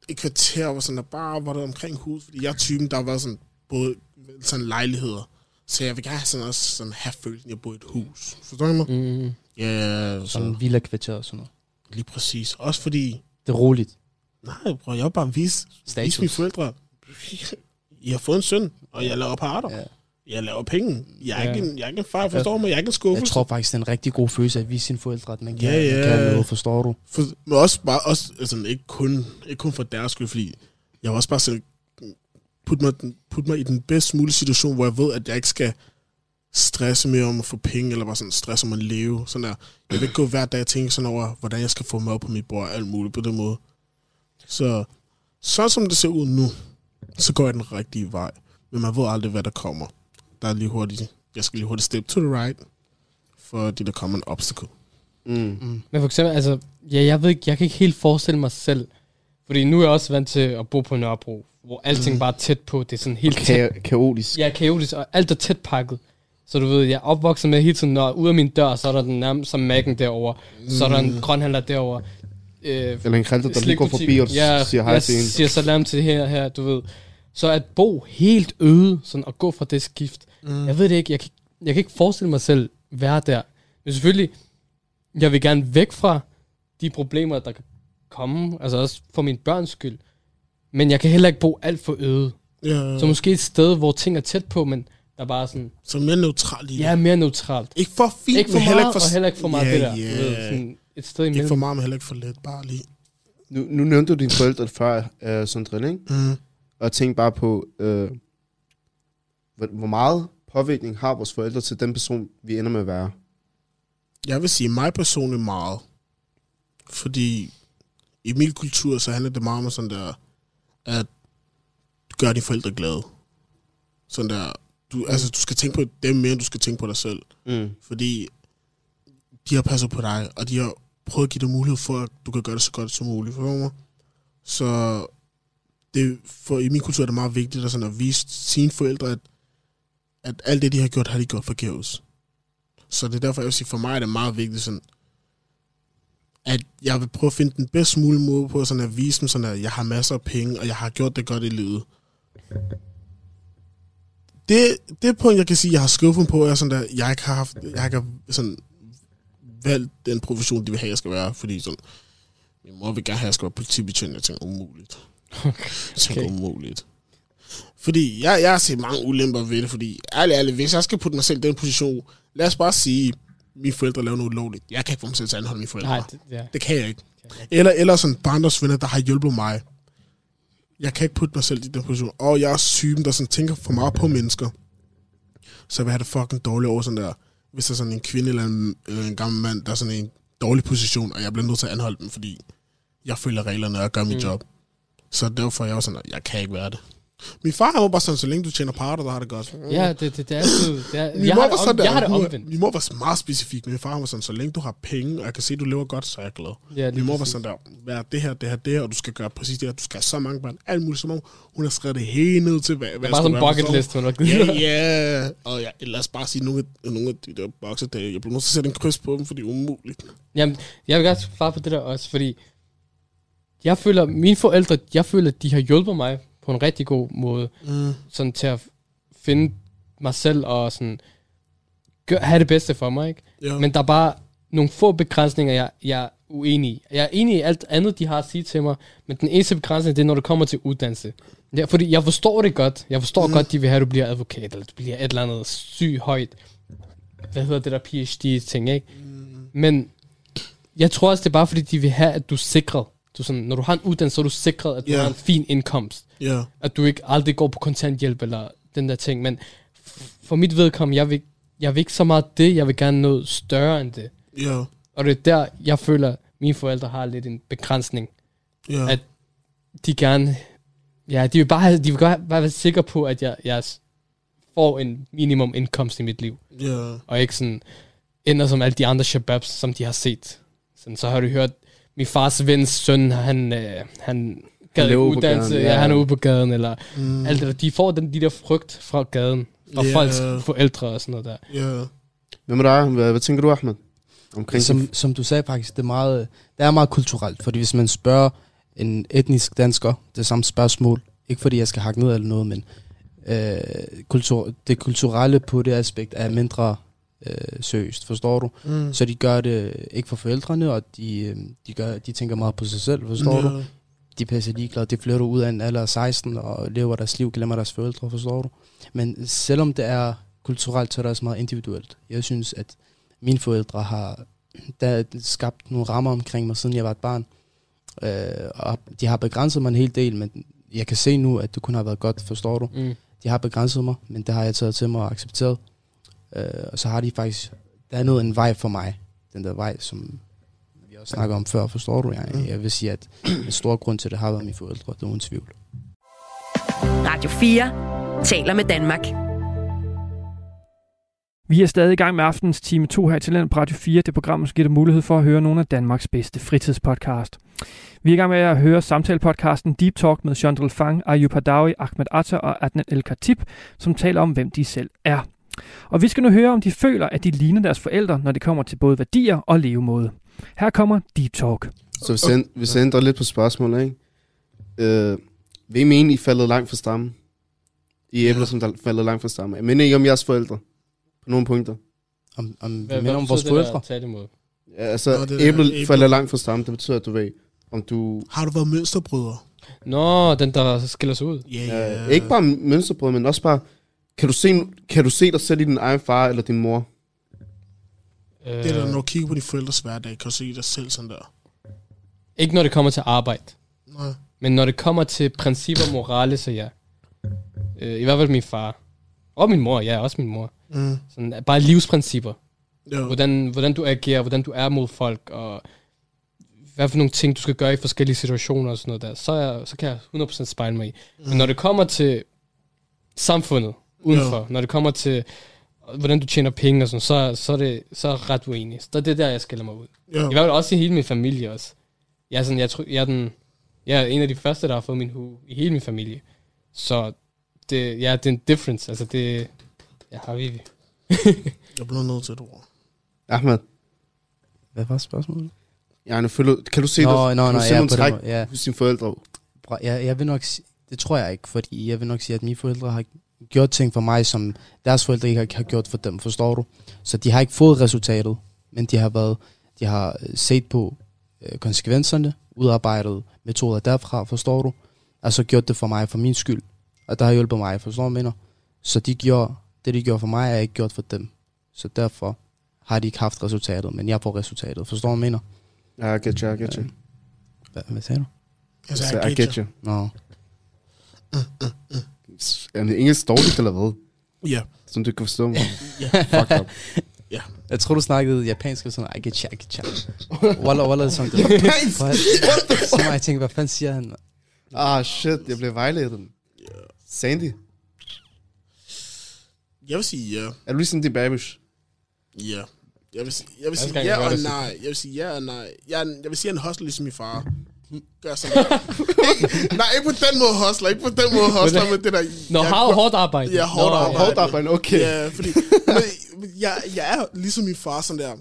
Speaker 9: et kvarter, hvor sådan der bare var der omkring hus, fordi jeg er typen, der var sådan, både sådan lejligheder. Så jeg vil gerne sådan også sådan have følelsen, at jeg bor i et hus. Forstår du mig?
Speaker 6: Mm.
Speaker 9: Ja, yeah,
Speaker 4: sådan en villa kvarter og sådan noget.
Speaker 9: Lige præcis. Også fordi,
Speaker 4: Det er roligt.
Speaker 9: nej bror, jeg vil bare vise,
Speaker 4: Status.
Speaker 9: vise mine forældre. I har fået en søn, og jeg laver parter.
Speaker 4: Ja.
Speaker 9: Ja. Jeg laver penge. Jeg er,
Speaker 6: Ja.
Speaker 9: ja. ikke, en, jeg er ikke en far, forstår mig. Jeg er ikke en skuffe.
Speaker 4: Jeg tror faktisk, det er en rigtig god følelse at vise sine forældre, at man kan,
Speaker 9: Ja, ja.
Speaker 4: man kan noget, forstår du?
Speaker 9: For, men også bare, også, altså, ikke, kun, ikke kun for deres skyld, fordi jeg vil også bare selv putte mig, den- putte mig i den bedst mulige situation, hvor jeg ved, at jeg ikke skal stresse mere om at få penge, eller bare sådan stresse om at leve. Sådan der. Jeg vil ikke gå hver dag og tænke sådan over, hvordan jeg skal få mad på mit bord, og alt muligt på den måde. Så sådan som det ser ud nu, så går jeg den rigtige vej. Men man ved aldrig, hvad der kommer. Der er lige hurtigt, jeg skal lige hurtigt step to the right, fordi der kommer en obstacle.
Speaker 7: Mm.
Speaker 6: Men for eksempel, altså, ja, jeg ved ikke, jeg kan ikke helt forestille mig selv. Fordi nu er jeg også vant til at bo på Nørrebro, hvor
Speaker 4: Mm.
Speaker 6: alting bare er tæt på. Det er sådan helt tæt.
Speaker 7: Ka- kaotisk.
Speaker 6: Ja, kaotisk, og alt er tæt pakket. Så du ved, jeg er opvokset med hele tiden, når ud af min dør, så er der den nærmest som mækken derovre. Så er der
Speaker 4: Mm.
Speaker 6: en grønhandler derovre. Øh,
Speaker 7: Eller en kralter, der lige går
Speaker 6: slikbutik.
Speaker 7: forbi, og ja,
Speaker 6: ja,
Speaker 7: siger hej
Speaker 6: jeg
Speaker 7: til en.
Speaker 6: siger salam til her her, du ved. Så at bo helt øde, sådan at gå fra det skift, mm. jeg ved det ikke, jeg kan, ikke- jeg kan ikke forestille mig selv være der. Men selvfølgelig, jeg vil gerne væk fra de problemer, der kan komme, altså også for mine børns skyld. Men jeg kan heller ikke bo alt for øde.
Speaker 9: Ja,
Speaker 6: Så måske et sted, hvor ting er tæt på, men der bare er sådan,
Speaker 9: så mere neutral i det.
Speaker 6: ja, mere neutralt.
Speaker 9: Ikke for fint,
Speaker 6: Ikke for
Speaker 9: men
Speaker 6: meget,
Speaker 9: heller ikke for...
Speaker 6: og heller ikke for meget
Speaker 9: Ja,
Speaker 6: det der.
Speaker 9: ja.
Speaker 6: Du ved, sådan et sted
Speaker 9: Ikke for
Speaker 6: imellem.
Speaker 9: meget, men heller ikke for lidt. Bare lige.
Speaker 7: Nu, nu nævnte du dine forældre før, øh, Centril, ikke?
Speaker 9: Mm.
Speaker 7: Og tænk bare på, øh, hvor, hvor meget påvirkning har vores forældre til den person, vi ender med at være.
Speaker 9: Jeg vil sige mig personligt meget. Fordi i min kultur, så handler det meget om sådan der, at gøre dine forældre glade. Sådan der, du, altså, du skal tænke på dem mere, end du skal tænke på dig selv.
Speaker 7: Mm.
Speaker 9: Fordi de har passet på dig, og de har prøvet at give dig mulighed for, at du kan gøre det så godt som muligt. Forstår du mig? Så det, for i min kultur er det meget vigtigt at, sådan at vise sine forældre, at, at alt det, de har gjort, har de gjort forgæves. Så det er derfor, jeg vil sige, for mig er det meget vigtigt, sådan, at jeg vil prøve at finde den bedst mulige måde på sådan at vise dem, sådan at jeg har masser af penge, og jeg har gjort det godt i livet. Det, det punkt, jeg kan sige, jeg har skuffet på, er sådan, at jeg ikke har, haft, jeg ikke har sådan, valgt den profession, de vil have, jeg skal være. Fordi sådan, min mor vil gerne have, at jeg skal være politibetjent. Jeg tænker, umuligt. Jeg tænker,
Speaker 6: Okay.
Speaker 9: umuligt. Fordi jeg, jeg har set mange ulemper ved det, fordi ærligt, ærligt, hvis jeg skal putte mig selv i den position, lad os bare sige, mine forældre laver noget ulovligt. Jeg kan ikke få dem til at anholde mine forældre.
Speaker 6: Nej, det, ja.
Speaker 9: Det kan jeg ikke. Eller, eller sådan barndomsvenner, der har hjulpet mig. Jeg kan ikke putte mig selv i den position. Og jeg er sygen, der sådan tænker for meget på mennesker. Så jeg vil have det fucking dårligt over sådan der. Hvis der er sådan en kvinde eller en, eller en gammel mand, der er sådan i en dårlig position, og jeg bliver nødt til at anholde dem, fordi jeg følger reglerne, og jeg gør mit
Speaker 6: Mm.
Speaker 9: mm. job. Så derfor er jeg også sådan, at jeg kan ikke være det. Min far han var bare sådan, så længe du tjener parter, der har det godt.
Speaker 6: ja, det, det, det er altid... Det er,
Speaker 9: Min
Speaker 6: jeg,
Speaker 9: mor
Speaker 6: har
Speaker 9: var
Speaker 6: det
Speaker 9: sådan
Speaker 6: om,
Speaker 9: der,
Speaker 6: jeg har det
Speaker 9: hun-
Speaker 6: omvendt.
Speaker 9: Min mor var meget specifik. Min far var sådan, så længe du har penge, og jeg kan se, du lever godt, så er jeg glad.
Speaker 6: Ja, lige
Speaker 9: Min mor var
Speaker 6: præcis.
Speaker 9: sådan der, hvad det her, det her, det her, og du skal gøre præcis det her, du skal have så mange børn, alt muligt, som om hun har skrevet det hele ned til, hvad, hvad
Speaker 6: Bare sådan en bucket
Speaker 9: forstår du?
Speaker 6: list, hun har givet.
Speaker 9: Ja, ja, og ja, lad os bare sige, nogle, af- nogle af de der bokser, der, jeg bliver nødt til at sætte en kryds på dem, for det er umuligt.
Speaker 6: Jamen, jeg vil gerne svare på det der også, fordi jeg føler, mine forældre, jeg føler, de har hjulpet mig på en rigtig god måde,
Speaker 9: Mm.
Speaker 6: sådan til at finde mig selv og sådan gør, have det bedste for mig, ikke?
Speaker 9: Ja.
Speaker 6: Men der er bare nogle få begrænsninger, jeg, jeg er uenig i. Jeg er enig i alt andet, de har at sige til mig, men den eneste begrænsning, det er, når det kommer til uddannelse. Ja, fordi jeg forstår det godt. Jeg forstår mm. godt, de vil have, at du bliver advokat, eller du bliver et eller andet syg højt. Hvad hedder det der PhD-ting, ikke? Mm. Men jeg tror også, det er bare, fordi de vil have, at du er sikret. Du er sådan, når du har en uddannelse, så er du sikret, at du
Speaker 9: Ja.
Speaker 6: har en fin indkomst
Speaker 9: ja.
Speaker 6: at du ikke aldrig går på kontanthjælp eller den der ting, men f- for mit vedkommende, jeg vil, jeg vil ikke så meget det, jeg vil gerne noget større end det.
Speaker 9: Ja,
Speaker 6: Og det er der, jeg føler, at mine forældre har lidt en begrænsning.
Speaker 9: ja.
Speaker 6: At- De gerne, ja, de vil bare, have, de vil bare bare være sikre på, at jeg, jeg s- får en minimum indkomst i mit liv,
Speaker 9: ja.
Speaker 6: og ikke sådan ender som alle de andre shababs, som de har set. Sådan, så har du hørt, min fars vens søn, han, øh, han gad ikke
Speaker 5: lever ude på
Speaker 6: uddannelse,
Speaker 5: gaden,
Speaker 6: ja.
Speaker 5: ja.
Speaker 6: ja, han er ude på gaden, eller
Speaker 9: Mm.
Speaker 6: alt det der. De får den, de der frygt fra gaden, og
Speaker 9: Ja.
Speaker 6: yeah. folks forældre og sådan noget der.
Speaker 9: Ja.
Speaker 7: Hvad med dig? Hvad, hvad tænker du, Ahmed? Omkring som...
Speaker 4: Som, som du sagde faktisk, det er, meget, det er meget kulturelt, fordi hvis man spørger en etnisk dansker det samme spørgsmål, ikke fordi jeg skal hakke ned eller noget, men øh, kultur, det kulturelle på det aspekt er mindre øh, seriøst, forstår du?
Speaker 9: Mm.
Speaker 4: Så de gør det ikke for forældrene, og de, øh, de, gør, de tænker meget på sig selv, forstår du?
Speaker 9: Mm, Ja.
Speaker 4: de er pisse ligeglade. De flytter ud af en alder af 16 og lever deres liv, glemmer deres forældre, forstår du? Men selvom det er kulturelt, så er det også meget individuelt. Jeg synes, at mine forældre har der skabt nogle rammer omkring mig, siden jeg var et barn. Øh, og de har begrænset mig en hel del, men jeg kan se nu, at det kun har været godt, forstår du?
Speaker 6: Mm.
Speaker 4: De har begrænset mig, men det har jeg taget til mig og accepteret. Øh, og så har de faktisk... Der er noget en vej for mig. Den der vej, som vi også snakker om før, forstår du? Jeg, jeg vil sige, at en stor grund til det har været mine forældre, det er uden tvivl.
Speaker 2: Radio 4 taler med Danmark.
Speaker 3: Vi er stadig i gang med aftens time 2 her i Talent på Radio 4, det program, som giver dig mulighed for at høre nogle af Danmarks bedste fritidspodcast. Vi er i gang med at høre samtalepodcasten Deep Talk med Jean Fang, Ayub Hadawi, Ahmed Atta og Adnan El Khatib, som taler om, hvem de selv er. Og vi skal nu høre, om de føler, at de ligner deres forældre, når det kommer til både værdier og levemåde. Her kommer Deep Talk.
Speaker 7: Så hvis jeg, hvis jeg ændrer lidt på spørgsmålet, ikke? Øh, vil I mene, I faldet langt fra stammen? I æbler, som der faldet langt fra stammen. Jeg mener ikke om jeres forældre. På nogle punkter.
Speaker 4: Om, om,
Speaker 6: Hvad,
Speaker 4: hvad,
Speaker 6: hvad
Speaker 4: men om vores forældre.
Speaker 6: Tag imod.
Speaker 7: Ja, altså,
Speaker 9: Nå, det er æble.
Speaker 7: æblet falder langt fra stammen. Det betyder, at du ved, om du...
Speaker 9: Har du været mønsterbrødre?
Speaker 6: Nå, den der skiller sig ud.
Speaker 9: Ja,
Speaker 7: Øh, ikke bare mønsterbrød, men også bare... Kan du, se, kan du se dig selv i din egen far eller din mor?
Speaker 6: Øh,
Speaker 9: Det er der, når du kigger på dine forældres hverdag, kan du se dig selv sådan der.
Speaker 6: Ikke når det kommer til arbejde,
Speaker 9: Nej.
Speaker 6: men når det kommer til principper og morale, så ja. Øh, I hvert fald min far. Og min mor, ja, også min mor.
Speaker 9: Mm.
Speaker 6: Sådan, bare livsprincipper.
Speaker 9: Ja.
Speaker 6: Hvordan, hvordan du agerer, hvordan du er mod folk, og hvad for nogle ting, du skal gøre i forskellige situationer og sådan noget der. Så, er, jeg- så kan jeg 100% spejle mig i. Men når det kommer til samfundet udenfor, når det kommer til, hvordan du tjener penge og sådan, så, så, er, det, så er jeg ret uenig. Så det er der, jeg skiller mig ud.
Speaker 9: Ja.
Speaker 6: I hvert fald også i hele min familie også. Jeg er, sådan, jeg, tror, jeg, er den, jeg er en af de første, der har fået min hue i hele min familie. Så det, ja, det er en difference. Altså det, jeg har vi.
Speaker 9: Jeg bliver nødt til et ord.
Speaker 7: Ahmed,
Speaker 4: Hvad var spørgsmålet?
Speaker 7: jeg føler, kan du se dig
Speaker 4: Nå, nå,
Speaker 7: kan
Speaker 4: nå,
Speaker 7: du se
Speaker 4: ja,
Speaker 7: nogle
Speaker 4: på
Speaker 7: træk
Speaker 4: den måde, ja.
Speaker 7: hos dine forældre?
Speaker 4: Bra- Jeg, jeg vil nok sige, det tror jeg ikke, fordi jeg vil nok sige, at mine forældre har gjort ting for mig, som deres forældre ikke har- har gjort for dem, forstår du? Så de har ikke fået resultatet, men de har været, de har øh, set på øh, konsekvenserne, udarbejdet metoder derfra, forstår du? Og så gjort det for mig, for min skyld. Og der har hjulpet mig, forstår du, hvad jeg mener? Så de gjorde, det de gjorde for mig, er ikke gjort for dem. Så derfor har de ikke haft resultatet, men jeg får resultatet. Forstår du, hvad jeg mener?
Speaker 7: Ja, I get you, I get you.
Speaker 4: Hvad, hvad sagde du?
Speaker 9: Jeg
Speaker 7: Så
Speaker 9: sagde,
Speaker 7: I get you.
Speaker 4: Nå,
Speaker 7: Er det engelsk dårligt, eller hvad?
Speaker 9: Ja.
Speaker 7: Som du kan forstå mig.
Speaker 4: fuck
Speaker 7: up.
Speaker 9: Ja.
Speaker 4: Jeg tror, du snakkede japansk, og sådan, I get you, I *laughs* get you. Walla, walla, sådan. Det. What? Så må jeg tænke, hvad fanden siger han?
Speaker 7: Ah, shit, jeg blev vejledet. Sandy,
Speaker 9: Jeg vil sige ja.
Speaker 7: er du ligesom det babish?
Speaker 9: Ja. Jeg vil, sige- jeg vil sige
Speaker 6: skal jeg
Speaker 9: ja
Speaker 6: gøre
Speaker 9: og
Speaker 6: det, så-
Speaker 9: nej. Jeg vil sige ja og nej. Jeg, er en- jeg vil sige, at han hustler ligesom min far. Gør *laughs* sådan. nej, ikke på den måde hustler. Ikke på den måde hustler, men det der...
Speaker 6: Nå,
Speaker 9: jeg-
Speaker 6: har hårdt arbejde.
Speaker 9: Ja, hårdt
Speaker 6: Nå,
Speaker 9: arbejde.
Speaker 7: Hold da op, man, okay.
Speaker 9: Ja, fordi men, jeg, jeg er ligesom min far sådan der,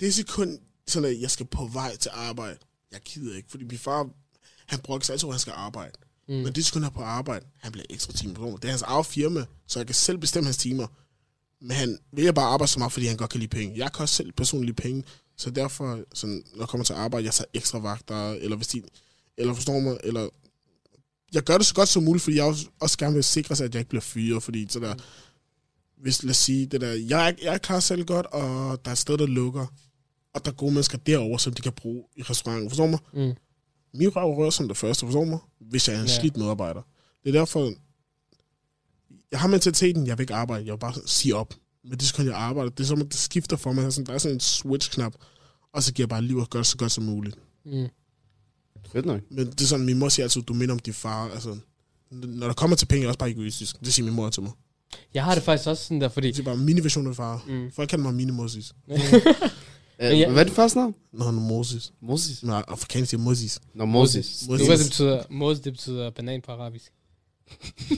Speaker 9: det er sekund sådan, at jeg skal på vej til arbejde. Jeg gider ikke, fordi min far, han brokker sig altid, hvor han skal arbejde. Mm. Men det sekund, han er på arbejde, han bliver ekstra timer på Det er hans eget firma, så jeg kan selv bestemme hans timer. Men han vælger bare at arbejde så meget, fordi han godt kan lide penge. Jeg kan også selv personligt lide penge, så derfor, sådan, når jeg kommer til arbejde, jeg tager ekstra vagter, eller hvis de, eller forstår mig, eller jeg gør det så godt som muligt, fordi jeg også, også gerne vil sikre sig, at jeg ikke bliver fyret, fordi så der, hvis lad os sige det der, jeg, er ikke- jeg klarer selv godt, og der er et sted, der lukker, og der er gode mennesker derovre, som de kan bruge i restauranten, forstår mig?
Speaker 6: Mm.
Speaker 9: Min røv rører som det første, forstår mig? Hvis jeg er en
Speaker 6: Ja.
Speaker 9: ja. slidt medarbejder. Det er derfor, jeg har mentaliteten, jeg vil ikke arbejde, jeg vil bare sige op. Men det skal jeg arbejde. Det er som, at det skifter for mig. Sådan, der er sådan en switch-knap, og så giver jeg bare liv og gør det så godt som muligt.
Speaker 6: Mm.
Speaker 7: Fedt nok.
Speaker 9: Men det er sådan, min mor siger altid, du minder om din far. Altså, når der kommer til penge, jeg er også bare egoistisk. Det siger min mor til mig.
Speaker 6: Jeg har det faktisk også sådan der, fordi...
Speaker 9: *laughs* Det er bare min version af far.
Speaker 6: Mm.
Speaker 9: Folk kalder mig mini Moses.
Speaker 7: Øh,
Speaker 6: ja.
Speaker 7: Hvad er det første navn?
Speaker 9: Nå, han er Moses.
Speaker 7: Moses.
Speaker 9: Nej, afrikansk siger Moses.
Speaker 7: Nå, Moses.
Speaker 6: *laughs* Du ved,
Speaker 9: Moses.
Speaker 6: det betyder, mos, det betyder banan på arabisk.
Speaker 9: *laughs*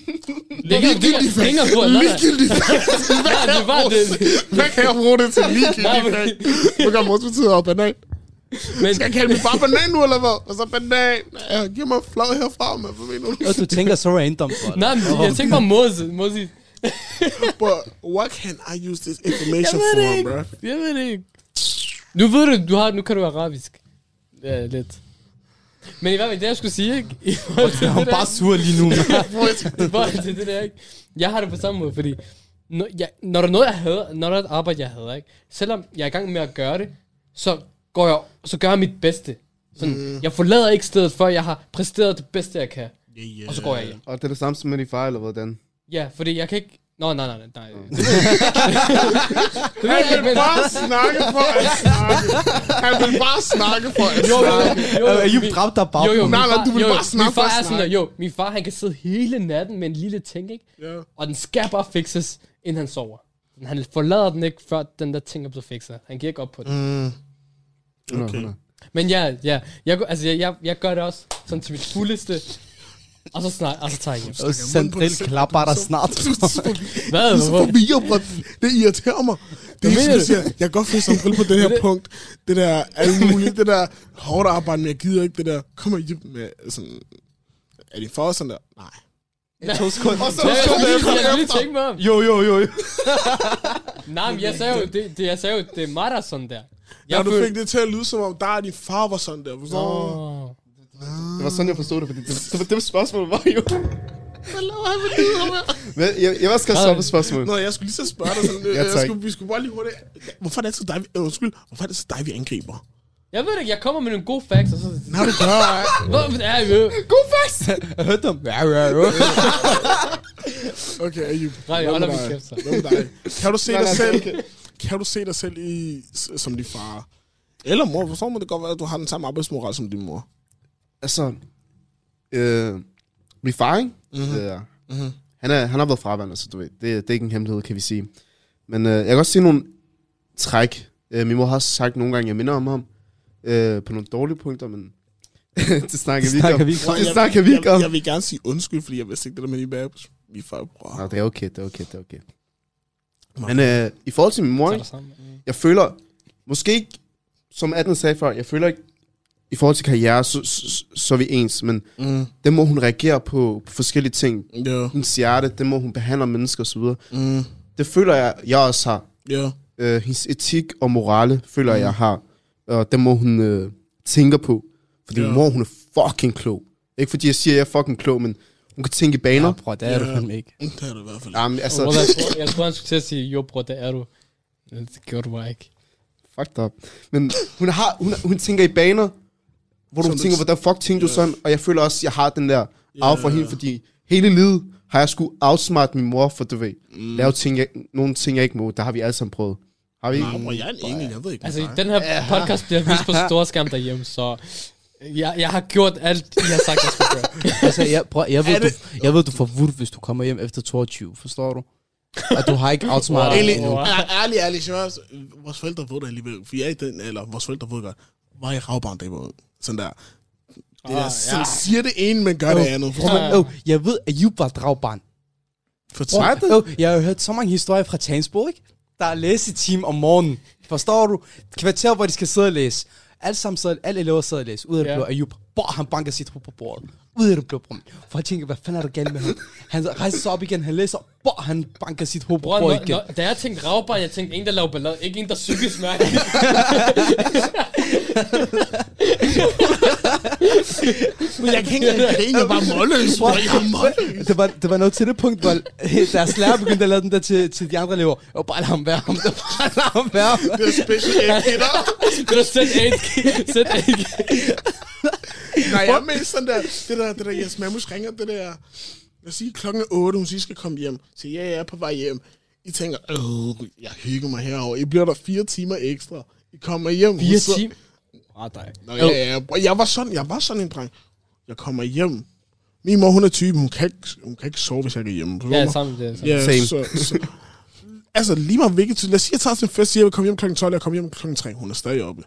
Speaker 9: Ligegyldigt, hvad?
Speaker 6: Længere på, nej, nej.
Speaker 9: Ligegyldigt.
Speaker 6: Nej, det var det.
Speaker 9: Hvad kan jeg bruge det til?
Speaker 6: Nej,
Speaker 9: Ligegyldigt.
Speaker 6: men,
Speaker 9: Hvad kan Moses betyde? Og banan.
Speaker 6: men
Speaker 9: Skal jeg kalde min far banan nu, eller hvad? Og så banan. Ja, giv mig en flad herfra, man. Hvad mener du?
Speaker 4: Og du tænker så random, bror.
Speaker 6: nej, men jeg tænker bare mos, mos.
Speaker 9: But what can I use this information for, bro?
Speaker 6: Jeg ved det ikke. Nu ved du, du har, nu kan du arabisk. Ja, lidt. Men i hvert fald, det jeg skulle sige, ikke? I forhold til
Speaker 4: Han
Speaker 6: det
Speaker 4: er
Speaker 6: der-
Speaker 4: bare sur lige nu, man.
Speaker 6: I forhold til det der, ikke? Jeg har det på samme måde, fordi når, jeg, når der er noget, jeg hader, når der er et arbejde, jeg hader, ikke? Selvom jeg er i gang med at gøre det, så, går jeg, så gør jeg mit bedste. Sådan, mm. Jeg forlader ikke stedet, før jeg har præsteret det bedste, jeg kan.
Speaker 9: Yeah.
Speaker 6: Og så går jeg hjem.
Speaker 7: Og det er det samme som med din far, eller hvordan?
Speaker 6: Ja, fordi jeg kan ikke... Nå, nej, nej, nej. nej. det ved jeg ikke, men...
Speaker 9: Bare snakke for at snakke. Han vil bare snakke for at
Speaker 6: Jo,
Speaker 9: snakke.
Speaker 6: jo, jo, jo,
Speaker 4: Ayub
Speaker 6: min-
Speaker 4: dræbte dig bare.
Speaker 6: jo, jo, min
Speaker 9: Nej, nej,
Speaker 6: far-
Speaker 9: du vil
Speaker 6: jo, jo,
Speaker 9: bare snakke
Speaker 6: Min far
Speaker 9: for at
Speaker 6: er sådan der, jo, min far han kan sidde hele natten med en lille ting, ikke?
Speaker 9: Ja.
Speaker 6: Og den skal bare fikses, inden han sover. Men Han forlader den ikke, før den der ting er blevet fikset. Han giver ikke op på det. Mm.
Speaker 9: *laughs* Okay.
Speaker 6: Men ja, ja jeg, gør- altså, jeg, jeg, jeg gør det også sådan til mit fuldeste. Og så, snak, og så tager jeg hjem.
Speaker 4: Og Sandel klapper dig snart.
Speaker 6: Hvad?
Speaker 9: Du er så
Speaker 6: Hvor?
Speaker 9: forvirret, bro. Det irriterer mig. Det er
Speaker 6: mener
Speaker 9: sådan,
Speaker 6: du?
Speaker 9: du siger, jeg kan godt føle samtidig på det her punkt. Det der alt muligt, det der hårdt arbejde, men jeg gider ikke det der. Kommer hjem med sådan... Er din far også sådan der? Nej.
Speaker 4: To sekunder.
Speaker 6: Jeg, jeg, jeg, jeg, jeg, lige tænke mig om.
Speaker 4: Jo, jo, jo. jo.
Speaker 6: Nej, men jeg sagde jo, det, det, jeg sagde jo, det er mig, der er sådan der.
Speaker 9: Ja,
Speaker 6: Jeg
Speaker 9: du fik det til at lyde som om, der er din far var sådan der. Forstår du?
Speaker 6: Åh.
Speaker 7: Det var sådan, jeg forstod det, fordi det, det, var- det var spørgsmålet var
Speaker 4: *laughs*
Speaker 7: jo... Hvad, jeg, jeg var skal svare på spørgsmålet.
Speaker 9: Nå, jeg skulle lige så spørge dig sådan, øh,
Speaker 7: Ja,
Speaker 9: jeg
Speaker 7: tak.
Speaker 9: skulle, vi skulle bare lige hurtigt. Hvorfor er det altid dig, vi, øh, undskyld, hvorfor er det så dig, vi angriber?
Speaker 6: Jeg ved det ikke, jeg kommer med nogle gode facts, og så...
Speaker 9: Nej, du gør, ej.
Speaker 6: Hvad er det?
Speaker 4: God facts. Jeg hørte dem. Ja, ja, ja.
Speaker 9: Okay, Ayub.
Speaker 6: Nej, jeg
Speaker 9: Hvad
Speaker 6: holder
Speaker 9: med
Speaker 6: min
Speaker 9: dig?
Speaker 6: kæft, så.
Speaker 9: Hvad med dig? Kan du se
Speaker 7: Nej,
Speaker 9: dig
Speaker 7: nej,
Speaker 9: selv?
Speaker 7: okay.
Speaker 9: Kan du se dig selv i, s- som din far? Eller mor, forstår man det godt være, at du har den samme arbejdsmoral som din mor?
Speaker 7: Altså, øh, min far, ikke? Mm-hmm. Øh,
Speaker 9: Mhm.
Speaker 7: han, er, han har været fraværende, så du ved, det, det er ikke en hemmelighed, kan vi sige. Men øh, jeg kan også se nogle træk. Øh, min mor har også sagt nogle gange, jeg minder om ham, øh, på nogle dårlige punkter, men *laughs* det snakker vi ikke om.
Speaker 5: Snakker vi ikke om.
Speaker 7: Det snakker vi ikke
Speaker 9: jeg,
Speaker 7: om.
Speaker 9: jeg, vil gerne sige undskyld, fordi jeg vidste ikke det der med de babs. Vi er far, bror.
Speaker 7: Nå, det er okay, det er okay, det er okay. Men øh, i forhold til min mor,
Speaker 6: Så er
Speaker 7: ikke?
Speaker 6: der sammen.
Speaker 7: jeg føler, måske ikke, som Adnan sagde før, jeg føler ikke, i forhold til karriere, så, så, så er vi ens, men
Speaker 9: Mm.
Speaker 7: den må hun reagere på, på forskellige ting.
Speaker 9: Ja.
Speaker 7: Hendes hjerte, den må hun behandle mennesker osv.
Speaker 9: Mm.
Speaker 7: Det føler jeg, jeg også har.
Speaker 9: Ja.
Speaker 7: Øh, hendes etik og morale føler jeg, jeg
Speaker 9: Mm.
Speaker 7: har. Og den må hun øh, tænke på. Fordi
Speaker 9: Ja.
Speaker 7: min mor, hun er fucking klog. Ikke fordi jeg siger, at jeg er fucking klog, men hun kan tænke i
Speaker 4: Nå,
Speaker 7: baner.
Speaker 4: bror, det er du
Speaker 9: Ja.
Speaker 4: fandme ikke.
Speaker 9: Det er det i hvert fald.
Speaker 7: Jamen, altså,
Speaker 6: Bror, jeg, tror, jeg tror, han skulle til at sige, jo bror, det er du. Det gjorde du bare ikke.
Speaker 7: Fucked up. Men hun, har, hun, hun tænker i baner, hvor du
Speaker 9: Som
Speaker 7: tænker,
Speaker 9: du-
Speaker 7: hvordan fuck tænkte du
Speaker 9: Ja.
Speaker 7: sådan? Og jeg føler også, jeg har den der af fra
Speaker 9: Ja.
Speaker 7: hende, fordi hele livet har jeg skulle outsmart min mor, for du ved,
Speaker 9: Mm.
Speaker 7: lave ting, jeg, nogle ting, jeg ikke må. Der har vi alle sammen prøvet. Har vi ikke?
Speaker 9: Nej, bror, jeg er en engel, jeg ved ikke.
Speaker 6: Altså,
Speaker 9: Altså,
Speaker 6: den her podcast bliver vist på store skærm derhjemme, så jeg, jeg har gjort alt, I har sagt, jeg skulle
Speaker 9: *laughs*
Speaker 6: gøre.
Speaker 4: Altså, jeg, prøv, jeg, ved, du, jeg ved, du får vult, hvis du kommer hjem efter 22, forstår
Speaker 7: *laughs*
Speaker 4: du? At du har ikke outsmartet
Speaker 9: ærlig,
Speaker 4: wow.
Speaker 9: ær- ærlig, ærlig, seriøst. "Øh, Vores forældre ved det alligevel. Vi er i den, eller vores forældre ved godt. Var i ravbarn, det var sådan der. Det der,
Speaker 6: Ah,
Speaker 9: sådan,
Speaker 6: ja.
Speaker 9: siger det ene, men gør det andet.
Speaker 4: Bro, men, oh, jeg ved, at Jupp var dragbarn.
Speaker 9: For
Speaker 4: Bro,
Speaker 9: træt.
Speaker 4: oh, jeg har jo hørt så mange historier fra Tansbo, ikke? Der er læseteam om morgenen. Forstår du? Kvarter, hvor de skal sidde og læse. Alle sammen sidder, alle elever sidder og læser. Ud af det
Speaker 6: Ja.
Speaker 4: blå er Jupp. Bro, han banker sit hoved på bordet. Ud af det blå, bro. Folk tænker, hvad fanden er du galt med ham? Han rejser sig op igen, han læser. Bro, han banker sit hoved på
Speaker 6: Bror,
Speaker 4: bordet
Speaker 6: når,
Speaker 4: igen.
Speaker 6: når, da jeg tænkte ravbar, jeg tænkte en, der laver ballade, ikke en, der psykisk mærker.
Speaker 9: Men jeg kan
Speaker 6: *laughs*
Speaker 9: ikke engang grine, jeg er bare målløs. Bro, jeg er målløs.
Speaker 4: det, var, det var noget til det punkt, hvor eh, deres lærer begyndte at lave den der til, til de andre elever. Og bare lad ham være ham, bare lad ham være ham.
Speaker 9: Det er special ed kinder.
Speaker 6: Vil du sætte æg? Sæt æg.
Speaker 9: Nej, jeg er mest sådan der, det der, det der, Jes Mamus ringer, det der, lad os sige klokken 8, hun siger, skal komme hjem. Så ja, jeg er på vej hjem. I tænker, øh, jeg hygger mig herover. I bliver der fire timer ekstra. I kommer hjem.
Speaker 6: Fire
Speaker 9: så-
Speaker 6: timer.
Speaker 9: Nå, ja, ja, ja. Jeg var sådan, jeg var sådan en dreng. Jeg kommer hjem. Min mor, hun er typen, hun kan ikke, hun kan ikke sove, hvis jeg ikke er hjemme. forstår
Speaker 6: Ja,
Speaker 9: du mig?
Speaker 6: sammen det. er sammen.
Speaker 9: Ja,
Speaker 7: Same.
Speaker 9: Så, så, altså, lige meget hvilket tid. Lad os sige, jeg tager til en fest, siger, jeg vil komme hjem kl. 12, jeg kommer hjem kl. 3. Hun er stadig oppe.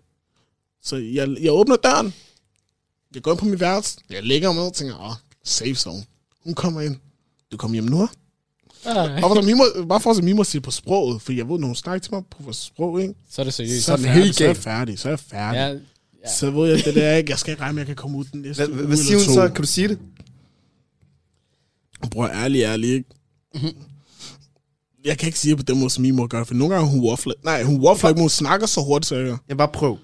Speaker 9: Så jeg, jeg åbner døren. Jeg går ind på mit værelse. Jeg lægger mig ned og tænker, åh, safe zone. Hun kommer ind. Du kommer hjem nu, hva'?
Speaker 6: Ah,
Speaker 9: Og hvordan min mor, bare for at min mor siger på sproget, for jeg ved, når hun snakker til mig på vores sprog, ikke?
Speaker 6: Så er det seriøst.
Speaker 9: Så er, jeg
Speaker 7: helt
Speaker 9: færdig, så er jeg
Speaker 7: galt.
Speaker 9: færdig, så er jeg færdig.
Speaker 6: Ja,
Speaker 9: Ja. Så ved jeg, det der ikke. Jeg skal ikke regne med, at jeg kan komme ud den næste
Speaker 7: Hvad,
Speaker 9: uge
Speaker 7: hvad siger hun
Speaker 9: eller
Speaker 7: så?
Speaker 9: to.
Speaker 7: Kan du sige det?
Speaker 9: Bror, ærlig, ærlig, ikke? Jeg kan ikke sige det på den måde, som min mor gør, for nogle gange hun waffler. Nej, hun waffler ikke, men hun snakker så hurtigt, så jeg gør.
Speaker 7: Jeg bare prøv.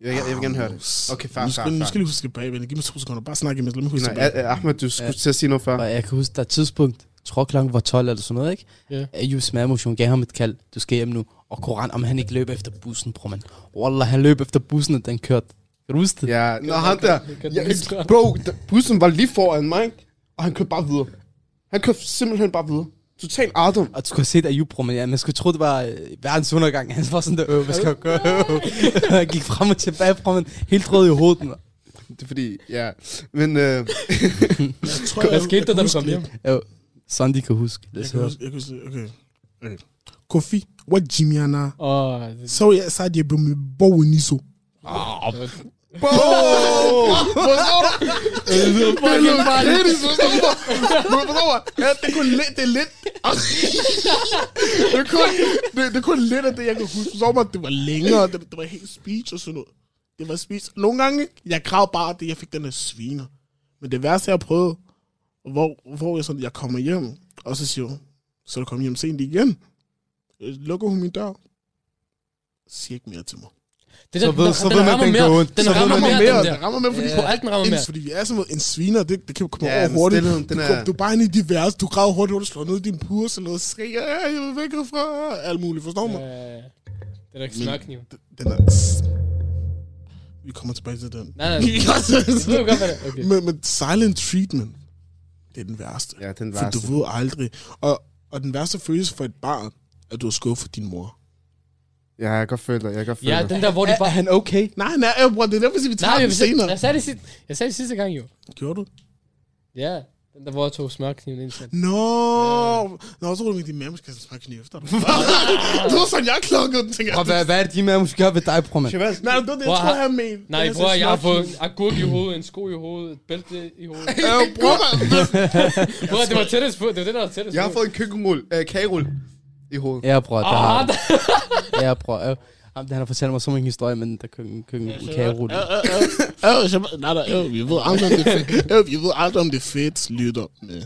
Speaker 7: Jeg, jeg, jeg vil gerne høre det. Okay, fair,
Speaker 9: nu
Speaker 7: fair,
Speaker 9: skal, nu
Speaker 7: fair.
Speaker 9: skal jeg lige huske bagved. Giv mig to sekunder. Bare snak imens. Lad mig huske
Speaker 7: Nej,
Speaker 9: tilbage.
Speaker 7: Ah- Ah- Ahmed, du skulle til at sige noget før.
Speaker 4: Og jeg kan huske, der er et tidspunkt, jeg tror klokken var 12 eller sådan noget, ikke?
Speaker 6: Ja.
Speaker 4: At Jus Mamus, hun gav ham et kald. Du skal hjem nu. Og Koran, om han ikke løb efter bussen, bror man. Wallah, han løb efter bussen, og den kørte. Kan du huske det?
Speaker 7: Ja, når han der...
Speaker 6: kan
Speaker 7: Ja,
Speaker 6: du huske det?
Speaker 7: bro, der- bussen var lige foran mig, ikke? og han kørte bare videre. Han kørte simpelthen bare videre. Total Adam.
Speaker 4: Og du skulle have set Ayub, bror man. Ja, man skulle tro, det var øh, verdens undergang. *laughs* Han var sådan der, øh, hvad skal jeg gøre? *laughs* Øh. Han gik frem og tilbage, bror man. Helt rød i hovedet. mand.
Speaker 7: Det er fordi, ja. Men øh,
Speaker 9: Jeg tror,
Speaker 6: Hvad
Speaker 9: jeg-
Speaker 6: skete der,
Speaker 9: jeg
Speaker 6: da du
Speaker 9: husker
Speaker 6: kom hjem?
Speaker 9: det.
Speaker 4: Jo, sådan de kan huske. Lad
Speaker 9: Jeg
Speaker 4: os
Speaker 9: kan
Speaker 4: høre.
Speaker 9: huske, jeg kan huske, det. okay. Okay. Kofi, hvad Jimmy han er?
Speaker 6: Åh,
Speaker 9: Så jeg sagde, jeg blev med bogen i så.
Speaker 7: Fucking bare lidt, så står der. Men *laughs* forstår mig, ja, det er kun lidt, det er lidt.
Speaker 9: Det er kun, det, det er kun lidt af det, jeg kan huske. Så var det var længere, det, det var helt speech og sådan noget. Det var speech. Nogle gange, jeg græd bare det, jeg fik den her sviner. Men det værste, jeg prøvede, hvor, hvor jeg, sådan, jeg kommer hjem, og så siger hun, så er du kommet hjem sent igen. Øh, Lukker hun min dør. Siger ikke mere til mig.
Speaker 6: det
Speaker 4: Så ved- så
Speaker 6: den
Speaker 4: ved man,
Speaker 6: rammer
Speaker 4: den
Speaker 6: mere.
Speaker 4: går ondt.
Speaker 6: Den
Speaker 4: Så ved
Speaker 6: rammer
Speaker 4: man, den
Speaker 6: mere,
Speaker 4: går
Speaker 6: den
Speaker 9: det
Speaker 6: der. Øh,
Speaker 9: rammer med, fordi,
Speaker 6: På alt, den rammer
Speaker 9: ja.
Speaker 6: mere.
Speaker 9: fordi vi er som en sviner, det, det kan jo komme
Speaker 7: Ja,
Speaker 9: ja, over
Speaker 7: den
Speaker 9: hurtigt.
Speaker 7: stillhed, den
Speaker 9: du,
Speaker 7: er-
Speaker 9: kom, du er bare inde i de værelse, du græder hurtigt, hvor du slår ned i din pur, sådan noget, skriger, "Ja, jeg vil væk herfra, alt muligt, forstår mig?
Speaker 6: Øh, Det er da ikke smørkniv.
Speaker 9: Den er... Vi kommer tilbage til
Speaker 6: *laughs*
Speaker 9: den.
Speaker 6: Nej, nej, det ved jo godt, hvad det er.
Speaker 9: *laughs*
Speaker 6: Okay.
Speaker 9: men, men silent treatment, det er den værste.
Speaker 7: Ja, den
Speaker 9: For
Speaker 7: værste.
Speaker 9: du ved aldrig. Og, og den værste følelse for et barn, at du er skuffet din mor.
Speaker 7: Ja, jeg kan godt føle dig, jeg kan godt føle
Speaker 6: Ja,
Speaker 7: dig.
Speaker 6: den der, hvor det
Speaker 4: Var
Speaker 6: bare...
Speaker 4: han okay?
Speaker 9: Nej, nej, øh, bror, det er derfor, vi tager
Speaker 6: Nej,
Speaker 9: nej,
Speaker 6: jeg,
Speaker 9: den senere.
Speaker 6: jeg, sagde det sidste, jeg sagde det sidste gang jo.
Speaker 9: Gjorde du?
Speaker 6: Ja, den der, hvor jeg tog smørkniven ind. til-
Speaker 9: Nå, Nå så tror du, at din mamma skal snakke
Speaker 6: *laughs*
Speaker 9: kniv efter dig. det var sådan, jeg klokkede den, tænker
Speaker 4: Bror,
Speaker 9: jeg.
Speaker 4: hvad, hvad er det, de med, måske gør ved dig, bror man?
Speaker 7: Shabazz,
Speaker 9: Nej, det var det, jeg
Speaker 6: Bror,
Speaker 9: tror,
Speaker 6: har-
Speaker 9: han mente.
Speaker 6: Nej,
Speaker 9: Den er
Speaker 6: bror,
Speaker 9: sådan
Speaker 6: jeg har fået
Speaker 9: snakkeklub.
Speaker 6: en agurk i hovedet, en sko i hovedet, et bælte i hovedet.
Speaker 9: Øh, bror, hvad-
Speaker 6: Bror, det var tættest på. Det var det, der var tættest
Speaker 7: jeg
Speaker 6: på.
Speaker 7: har fået en køkkenrulle, øh, kagerul i hovedet.
Speaker 4: Ja, bror, der
Speaker 6: Ah,
Speaker 4: har Ja, bror. Øh. Jamen, han har fortalt mig så mange historier, men der køkken, køkken, ja, kagerulle.
Speaker 9: Øh, øh, øh, øh, så, nej, nej, øh, vi ved aldrig, om det er fedt. Øh, vi ved aldrig, om det er fedt, lytter. med.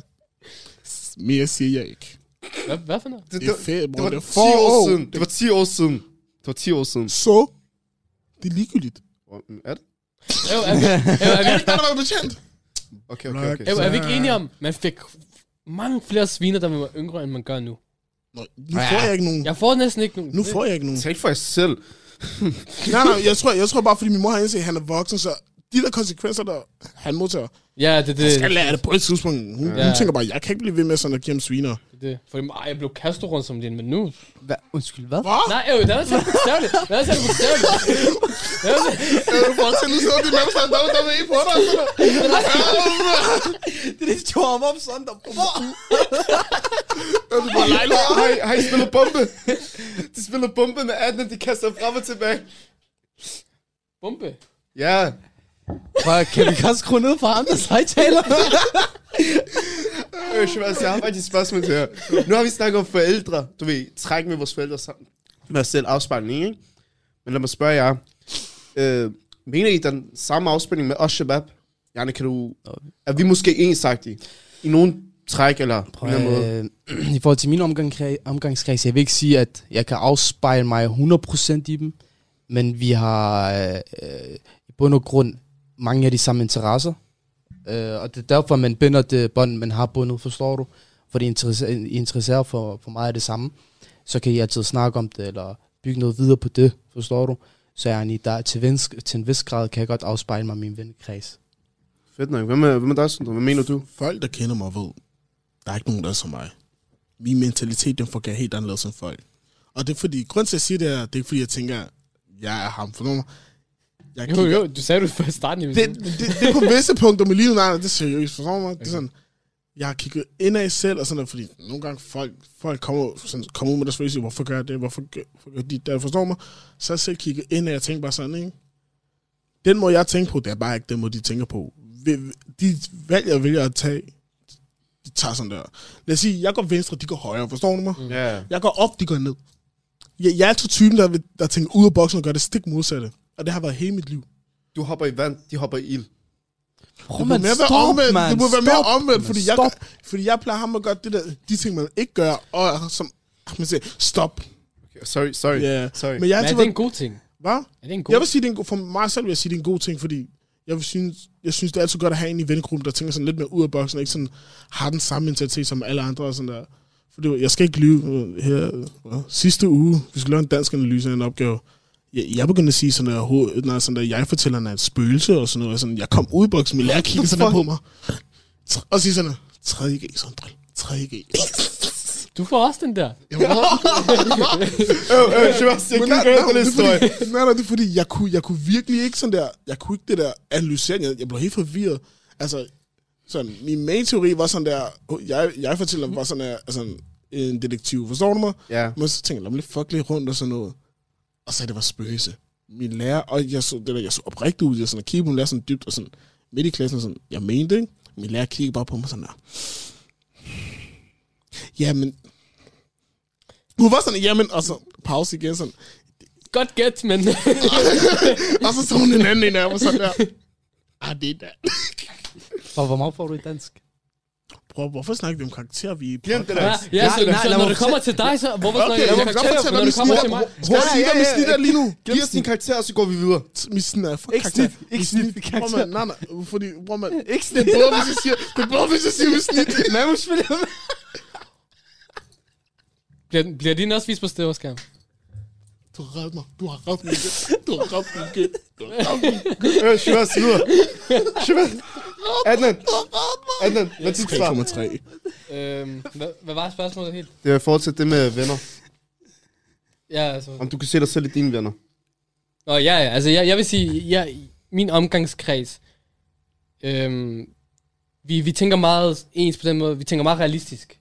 Speaker 9: Mere siger jeg ikke.
Speaker 6: Hvad, hvad for noget?
Speaker 7: Det,
Speaker 9: Det er fedt,
Speaker 7: det
Speaker 9: bror.
Speaker 7: var
Speaker 9: Det er
Speaker 7: 10 år
Speaker 9: forår.
Speaker 7: siden. Det var 10 år siden. Det var 10 år siden.
Speaker 9: Så? Det er ligegyldigt.
Speaker 7: Er det?
Speaker 6: Øv, er, vi, øv, er, vi,
Speaker 9: *laughs* Der har været betjent.
Speaker 7: Okay, okay, okay.
Speaker 6: øv, er vi ikke enige om, man fik mange flere sviner, da man var yngre, end man gør nu?
Speaker 9: Nå, nu får jeg ikke nogen.
Speaker 6: Jeg får næsten ikke nogen.
Speaker 9: Nu får jeg ikke nogen.
Speaker 7: Tal for jer selv.
Speaker 9: Nej, nej, jeg tror, jeg tror bare, fordi min mor har indset, at han er voksen, så de der konsekvenser, der han modtager,
Speaker 6: Ja, det er det.
Speaker 7: Øh.
Speaker 9: jeg skal lære det på et tidspunkt. Hun, ja. hun tænker bare, jeg kan ikke blive ved med sådan at give ham sviner.
Speaker 6: det, er det. For ej, jeg blev kastet rundt som din, men nu...
Speaker 4: Hva? Undskyld, hvad?
Speaker 9: Hvad?
Speaker 6: Nej, øh, lad os tage det bogstaveligt. Lad os tage det bogstaveligt. Lad os tage-
Speaker 7: Du får til, nu sidder de nærmest der, der, der vil I på dig.
Speaker 4: Det er det, de tog ham op sådan der. Hvor?
Speaker 7: Har I, har I spillet bombe? De spiller bombe med 18, de kaster frem og tilbage.
Speaker 6: Bombe.
Speaker 7: Ja.
Speaker 4: Prøv, kan vi ikke også skrue ned for ham, der sejtaler?
Speaker 7: Øh, Shabazz, jeg har faktisk et spørgsmål til jer. Nu har vi snakket om forældre. Du ved, træk med vores forældre sammen. Med os selv afspejling, ikke? Men lad mig spørge jer. Øh, mener I den samme afspænding med os, Shabab? Janne, kan du... Er vi måske ensagtige? I nogen træk eller på en eller anden måde?
Speaker 4: Øh, *clears throat* I forhold til min omgang, omgangskreds, jeg vil ikke sige, at jeg kan afspejle mig 100% i dem, men vi har øh, øh, i bund og grund mange af de samme interesser, øh, og det er derfor, man binder det bånd, man har bundet, forstår du? Fordi I interesse- I interesserer for, for meget af det samme, så kan I altid snakke om det, eller bygge noget videre på det, forstår du? Så jeg er der til, vens, til en vis grad kan jeg godt afspejle mig i min vennekreds.
Speaker 7: Fedt nok. Hvad med, hvad med dig, Sundre? Hvad mener du?
Speaker 9: Folk, der kender mig, ved, der er ikke nogen, der er som mig. Min mentalitet, den fungerer helt anderledes end folk. Og det er fordi, grund til at sige det er, det er ikke fordi, jeg tænker, jeg er ham. For nogen, jeg
Speaker 6: Jo,
Speaker 9: kigger-
Speaker 6: jo, du sagde du før i starten. jeg ville
Speaker 9: det, det, det, er på visse punkter med livet, nej, nej, det er seriøst, forstår du mig? Det er sådan, jeg har kigget indad selv, og sådan der, fordi nogle gange folk, folk kommer, sådan, kommer ud med deres følelse, hvorfor gør jeg det, hvorfor gør, hvorfor gør de det, der?" forstår du mig? Så har jeg selv kigget indad, og tænkt bare sådan, ikke? Den måde, jeg tænker på, det er bare ikke den måde, de tænker på. Vi- De valg, jeg vælger at tage, de tager sådan der. Lad os sige, jeg går venstre, de går højre, forstår du mig?
Speaker 7: Ja.
Speaker 9: Jeg går op, de går ned. Jeg, jeg er altid typen, der, vil- der tænker ud af boksen og gør det stik modsatte. Og det har været hele mit liv.
Speaker 7: Du hopper i vand, de hopper i ild.
Speaker 4: Bro,
Speaker 9: Det må mere være omvendt. det må være mere omvendt, fordi jeg,
Speaker 4: stop.
Speaker 9: fordi jeg plejer ham at gøre det der, de ting, man ikke gør, og som Ah, man siger, stop.
Speaker 7: Okay, sorry, sorry.
Speaker 9: Ja.
Speaker 7: sorry.
Speaker 9: Men jeg, har
Speaker 6: Men er
Speaker 9: altid
Speaker 6: det
Speaker 9: været,
Speaker 6: en god ting?
Speaker 9: hvad?
Speaker 6: Er det en god
Speaker 9: jeg vil sige, det er en, god- for mig selv vil jeg sige, det er en god ting, fordi jeg, vil synes, jeg synes, det er altid godt at have en i vennegruppen, der tænker sådan lidt mere ud af boksen, og ikke sådan har den samme mentalitet som alle andre og sådan der. For det, var- jeg skal ikke lyve øh, her. øh, Sidste uge, vi skulle lave en dansk analyse af en opgave. Jeg, jeg begyndte at sige sådan, at hoved, nej, sådan der, jeg fortæller er et spøgelse og sådan noget. Og sådan, jeg kom ud i boksen, min lærer kiggede sådan der på mig. Tr- Og sige sådan, 3G, sådan 3G.
Speaker 6: Du får også den der.
Speaker 7: Øh, øh, Shabazz, jeg
Speaker 9: Men
Speaker 7: kan
Speaker 9: nej,
Speaker 7: ikke
Speaker 9: nej,
Speaker 7: den
Speaker 9: det er
Speaker 7: historie.
Speaker 9: fordi- *laughs* Nej, nej, det er fordi, jeg kunne, jeg kunne virkelig ikke sådan der, jeg kunne ikke det der analysering, jeg, jeg blev helt forvirret. Altså, sådan, min main teori var sådan der, jeg, jeg fortæller dem var sådan der, altså, en detektiv, forstår du mig?
Speaker 7: Ja.
Speaker 9: Men så tænkte jeg, lad mig lige fuck lidt rundt og sådan noget. Og så det var spøgelse. Min lærer, og jeg så, det der, jeg så oprigtigt ud, jeg sådan, kiggede på min lærer sådan dybt, og sådan, midt i klassen, sådan, jeg mente, ikke? Min lærer kiggede bare på mig sådan der. Jamen, hun var sådan, jamen, og så pause igen, sådan,
Speaker 6: *laughs* Godt gæt, men...
Speaker 9: og så så hun en anden en af mig sådan der. Ah, det er da.
Speaker 4: Hvor, hvor meget får du i dansk?
Speaker 9: Bror, hvorfor snakker vi om karakterer, vi er
Speaker 7: Glem det der.
Speaker 6: Ja, ja, så,
Speaker 5: Nej, nej,
Speaker 6: så
Speaker 5: lad
Speaker 6: når
Speaker 5: mig
Speaker 6: det kommer til dig, så... Hvorfor snakker jeg om karakterer, for når det kommer til mig?
Speaker 9: Hvor er
Speaker 7: Ja, ja,
Speaker 9: snit
Speaker 7: ja,
Speaker 9: med
Speaker 7: ja.
Speaker 9: snit lige nu?
Speaker 7: Giv os din karakter, og så går vi videre.
Speaker 9: Mit snit er for
Speaker 7: Ikke snit, ikke snit.
Speaker 9: Bror, man, nej, nej, fordi, bror, man,
Speaker 7: *laughs* Ikke snit. Det er bedre, hvis jeg siger, det er bedre, hvis jeg siger med *laughs* snit.
Speaker 4: Man må spille
Speaker 6: Bliver, den- bliver din også vist på støverskærm?
Speaker 9: du har reddet mig. Du har reddet mig. igen. Du har reddet mig. igen. Du har reddet mig.
Speaker 7: Øh, Shabazz, videre. Shabazz. Adnan. Adnan, hvad er dit svar?
Speaker 9: igen.
Speaker 6: Øhm, hvad, hvad var spørgsmålet helt?
Speaker 7: Det er fortsat det med venner.
Speaker 6: Ja, altså...
Speaker 7: Om du kan se dig selv i dine venner.
Speaker 6: Nå, ja, ja. Altså, jeg, jeg vil sige, jeg, min omgangskreds, øhm, vi, vi tænker meget ens på den måde. Vi tænker meget realistisk.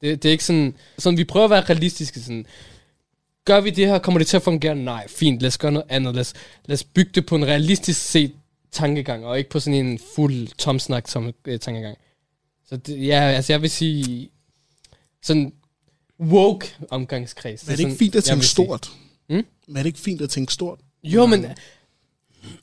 Speaker 6: Det, det er ikke sådan, sådan, vi prøver at være realistiske. Sådan, gør vi det her, kommer det til at fungere? Nej, fint, lad os gøre noget andet. Lad os, lad os bygge det på en realistisk set tankegang, og ikke på sådan en fuld tomsnak som øh, tankegang. Så det, ja, altså jeg vil sige, sådan woke omgangskreds.
Speaker 9: Men er det ikke
Speaker 6: sådan,
Speaker 9: fint at
Speaker 6: jeg
Speaker 9: tænke
Speaker 6: vil sige.
Speaker 9: stort?
Speaker 6: Mm?
Speaker 9: Men er det ikke fint at tænke stort?
Speaker 6: Jo, men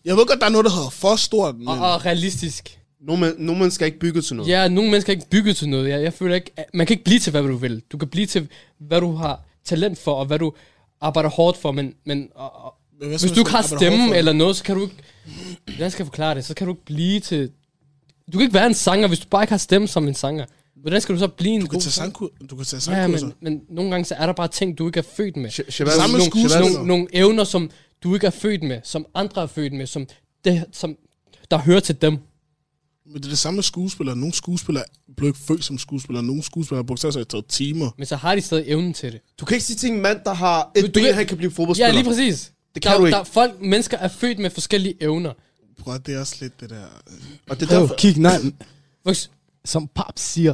Speaker 9: Jeg ved godt, der er noget, der hedder for stort,
Speaker 7: Ah,
Speaker 9: men...
Speaker 6: og, og realistisk.
Speaker 7: Nogle, men- nogle mennesker er ikke bygget til noget.
Speaker 6: Ja, nogle mennesker er ikke bygget til noget. Jeg, jeg føler ikke, at- man kan ikke blive til, hvad du vil. Du kan blive til, hvad du har talent for, og hvad du arbejder hårdt for, men, men og, og,
Speaker 9: Men hvad så,
Speaker 6: hvis du ikke har
Speaker 9: arbejder hårdt for
Speaker 6: stemme
Speaker 9: det?
Speaker 6: eller noget, så kan du ikke... Hvordan skal jeg forklare det? Så kan du ikke blive til... Du kan ikke være en sanger, hvis du bare ikke har stemme som en sanger. Hvordan skal du så blive en
Speaker 9: Du kan
Speaker 6: god
Speaker 9: tage
Speaker 6: sanger?
Speaker 9: sangkur- du kan tage
Speaker 6: Ja,
Speaker 9: sangkurser.
Speaker 6: men, men nogle gange så er der bare ting, du ikke er født med.
Speaker 7: Sh-
Speaker 6: Nogle-
Speaker 7: Shabazz,
Speaker 9: Samme
Speaker 6: nogle,
Speaker 9: skuespiller.
Speaker 6: nogle, nogle evner, som du ikke er født med, som andre er født med, som, det, som der hører til dem.
Speaker 9: Men det er det samme med skuespillere. Nogle skuespillere blev ikke født som skuespillere. Nogle skuespillere har brugt sig taget timer.
Speaker 6: Men så har de stadig evnen til det.
Speaker 7: Du kan ikke sige til en mand, der har et
Speaker 6: Men du
Speaker 7: ben,
Speaker 6: kan-
Speaker 7: han kan blive
Speaker 6: Ja,
Speaker 7: fodboldspiller.
Speaker 6: lige præcis.
Speaker 7: Det kan
Speaker 6: der,
Speaker 7: du ikke.
Speaker 6: Der, folk, mennesker er født med forskellige evner.
Speaker 9: Prøv at det er også lidt det der... øh,
Speaker 7: Og det er
Speaker 4: Prøv,
Speaker 7: derfor,
Speaker 4: kig, nej.
Speaker 6: For eks-
Speaker 4: Som pap siger,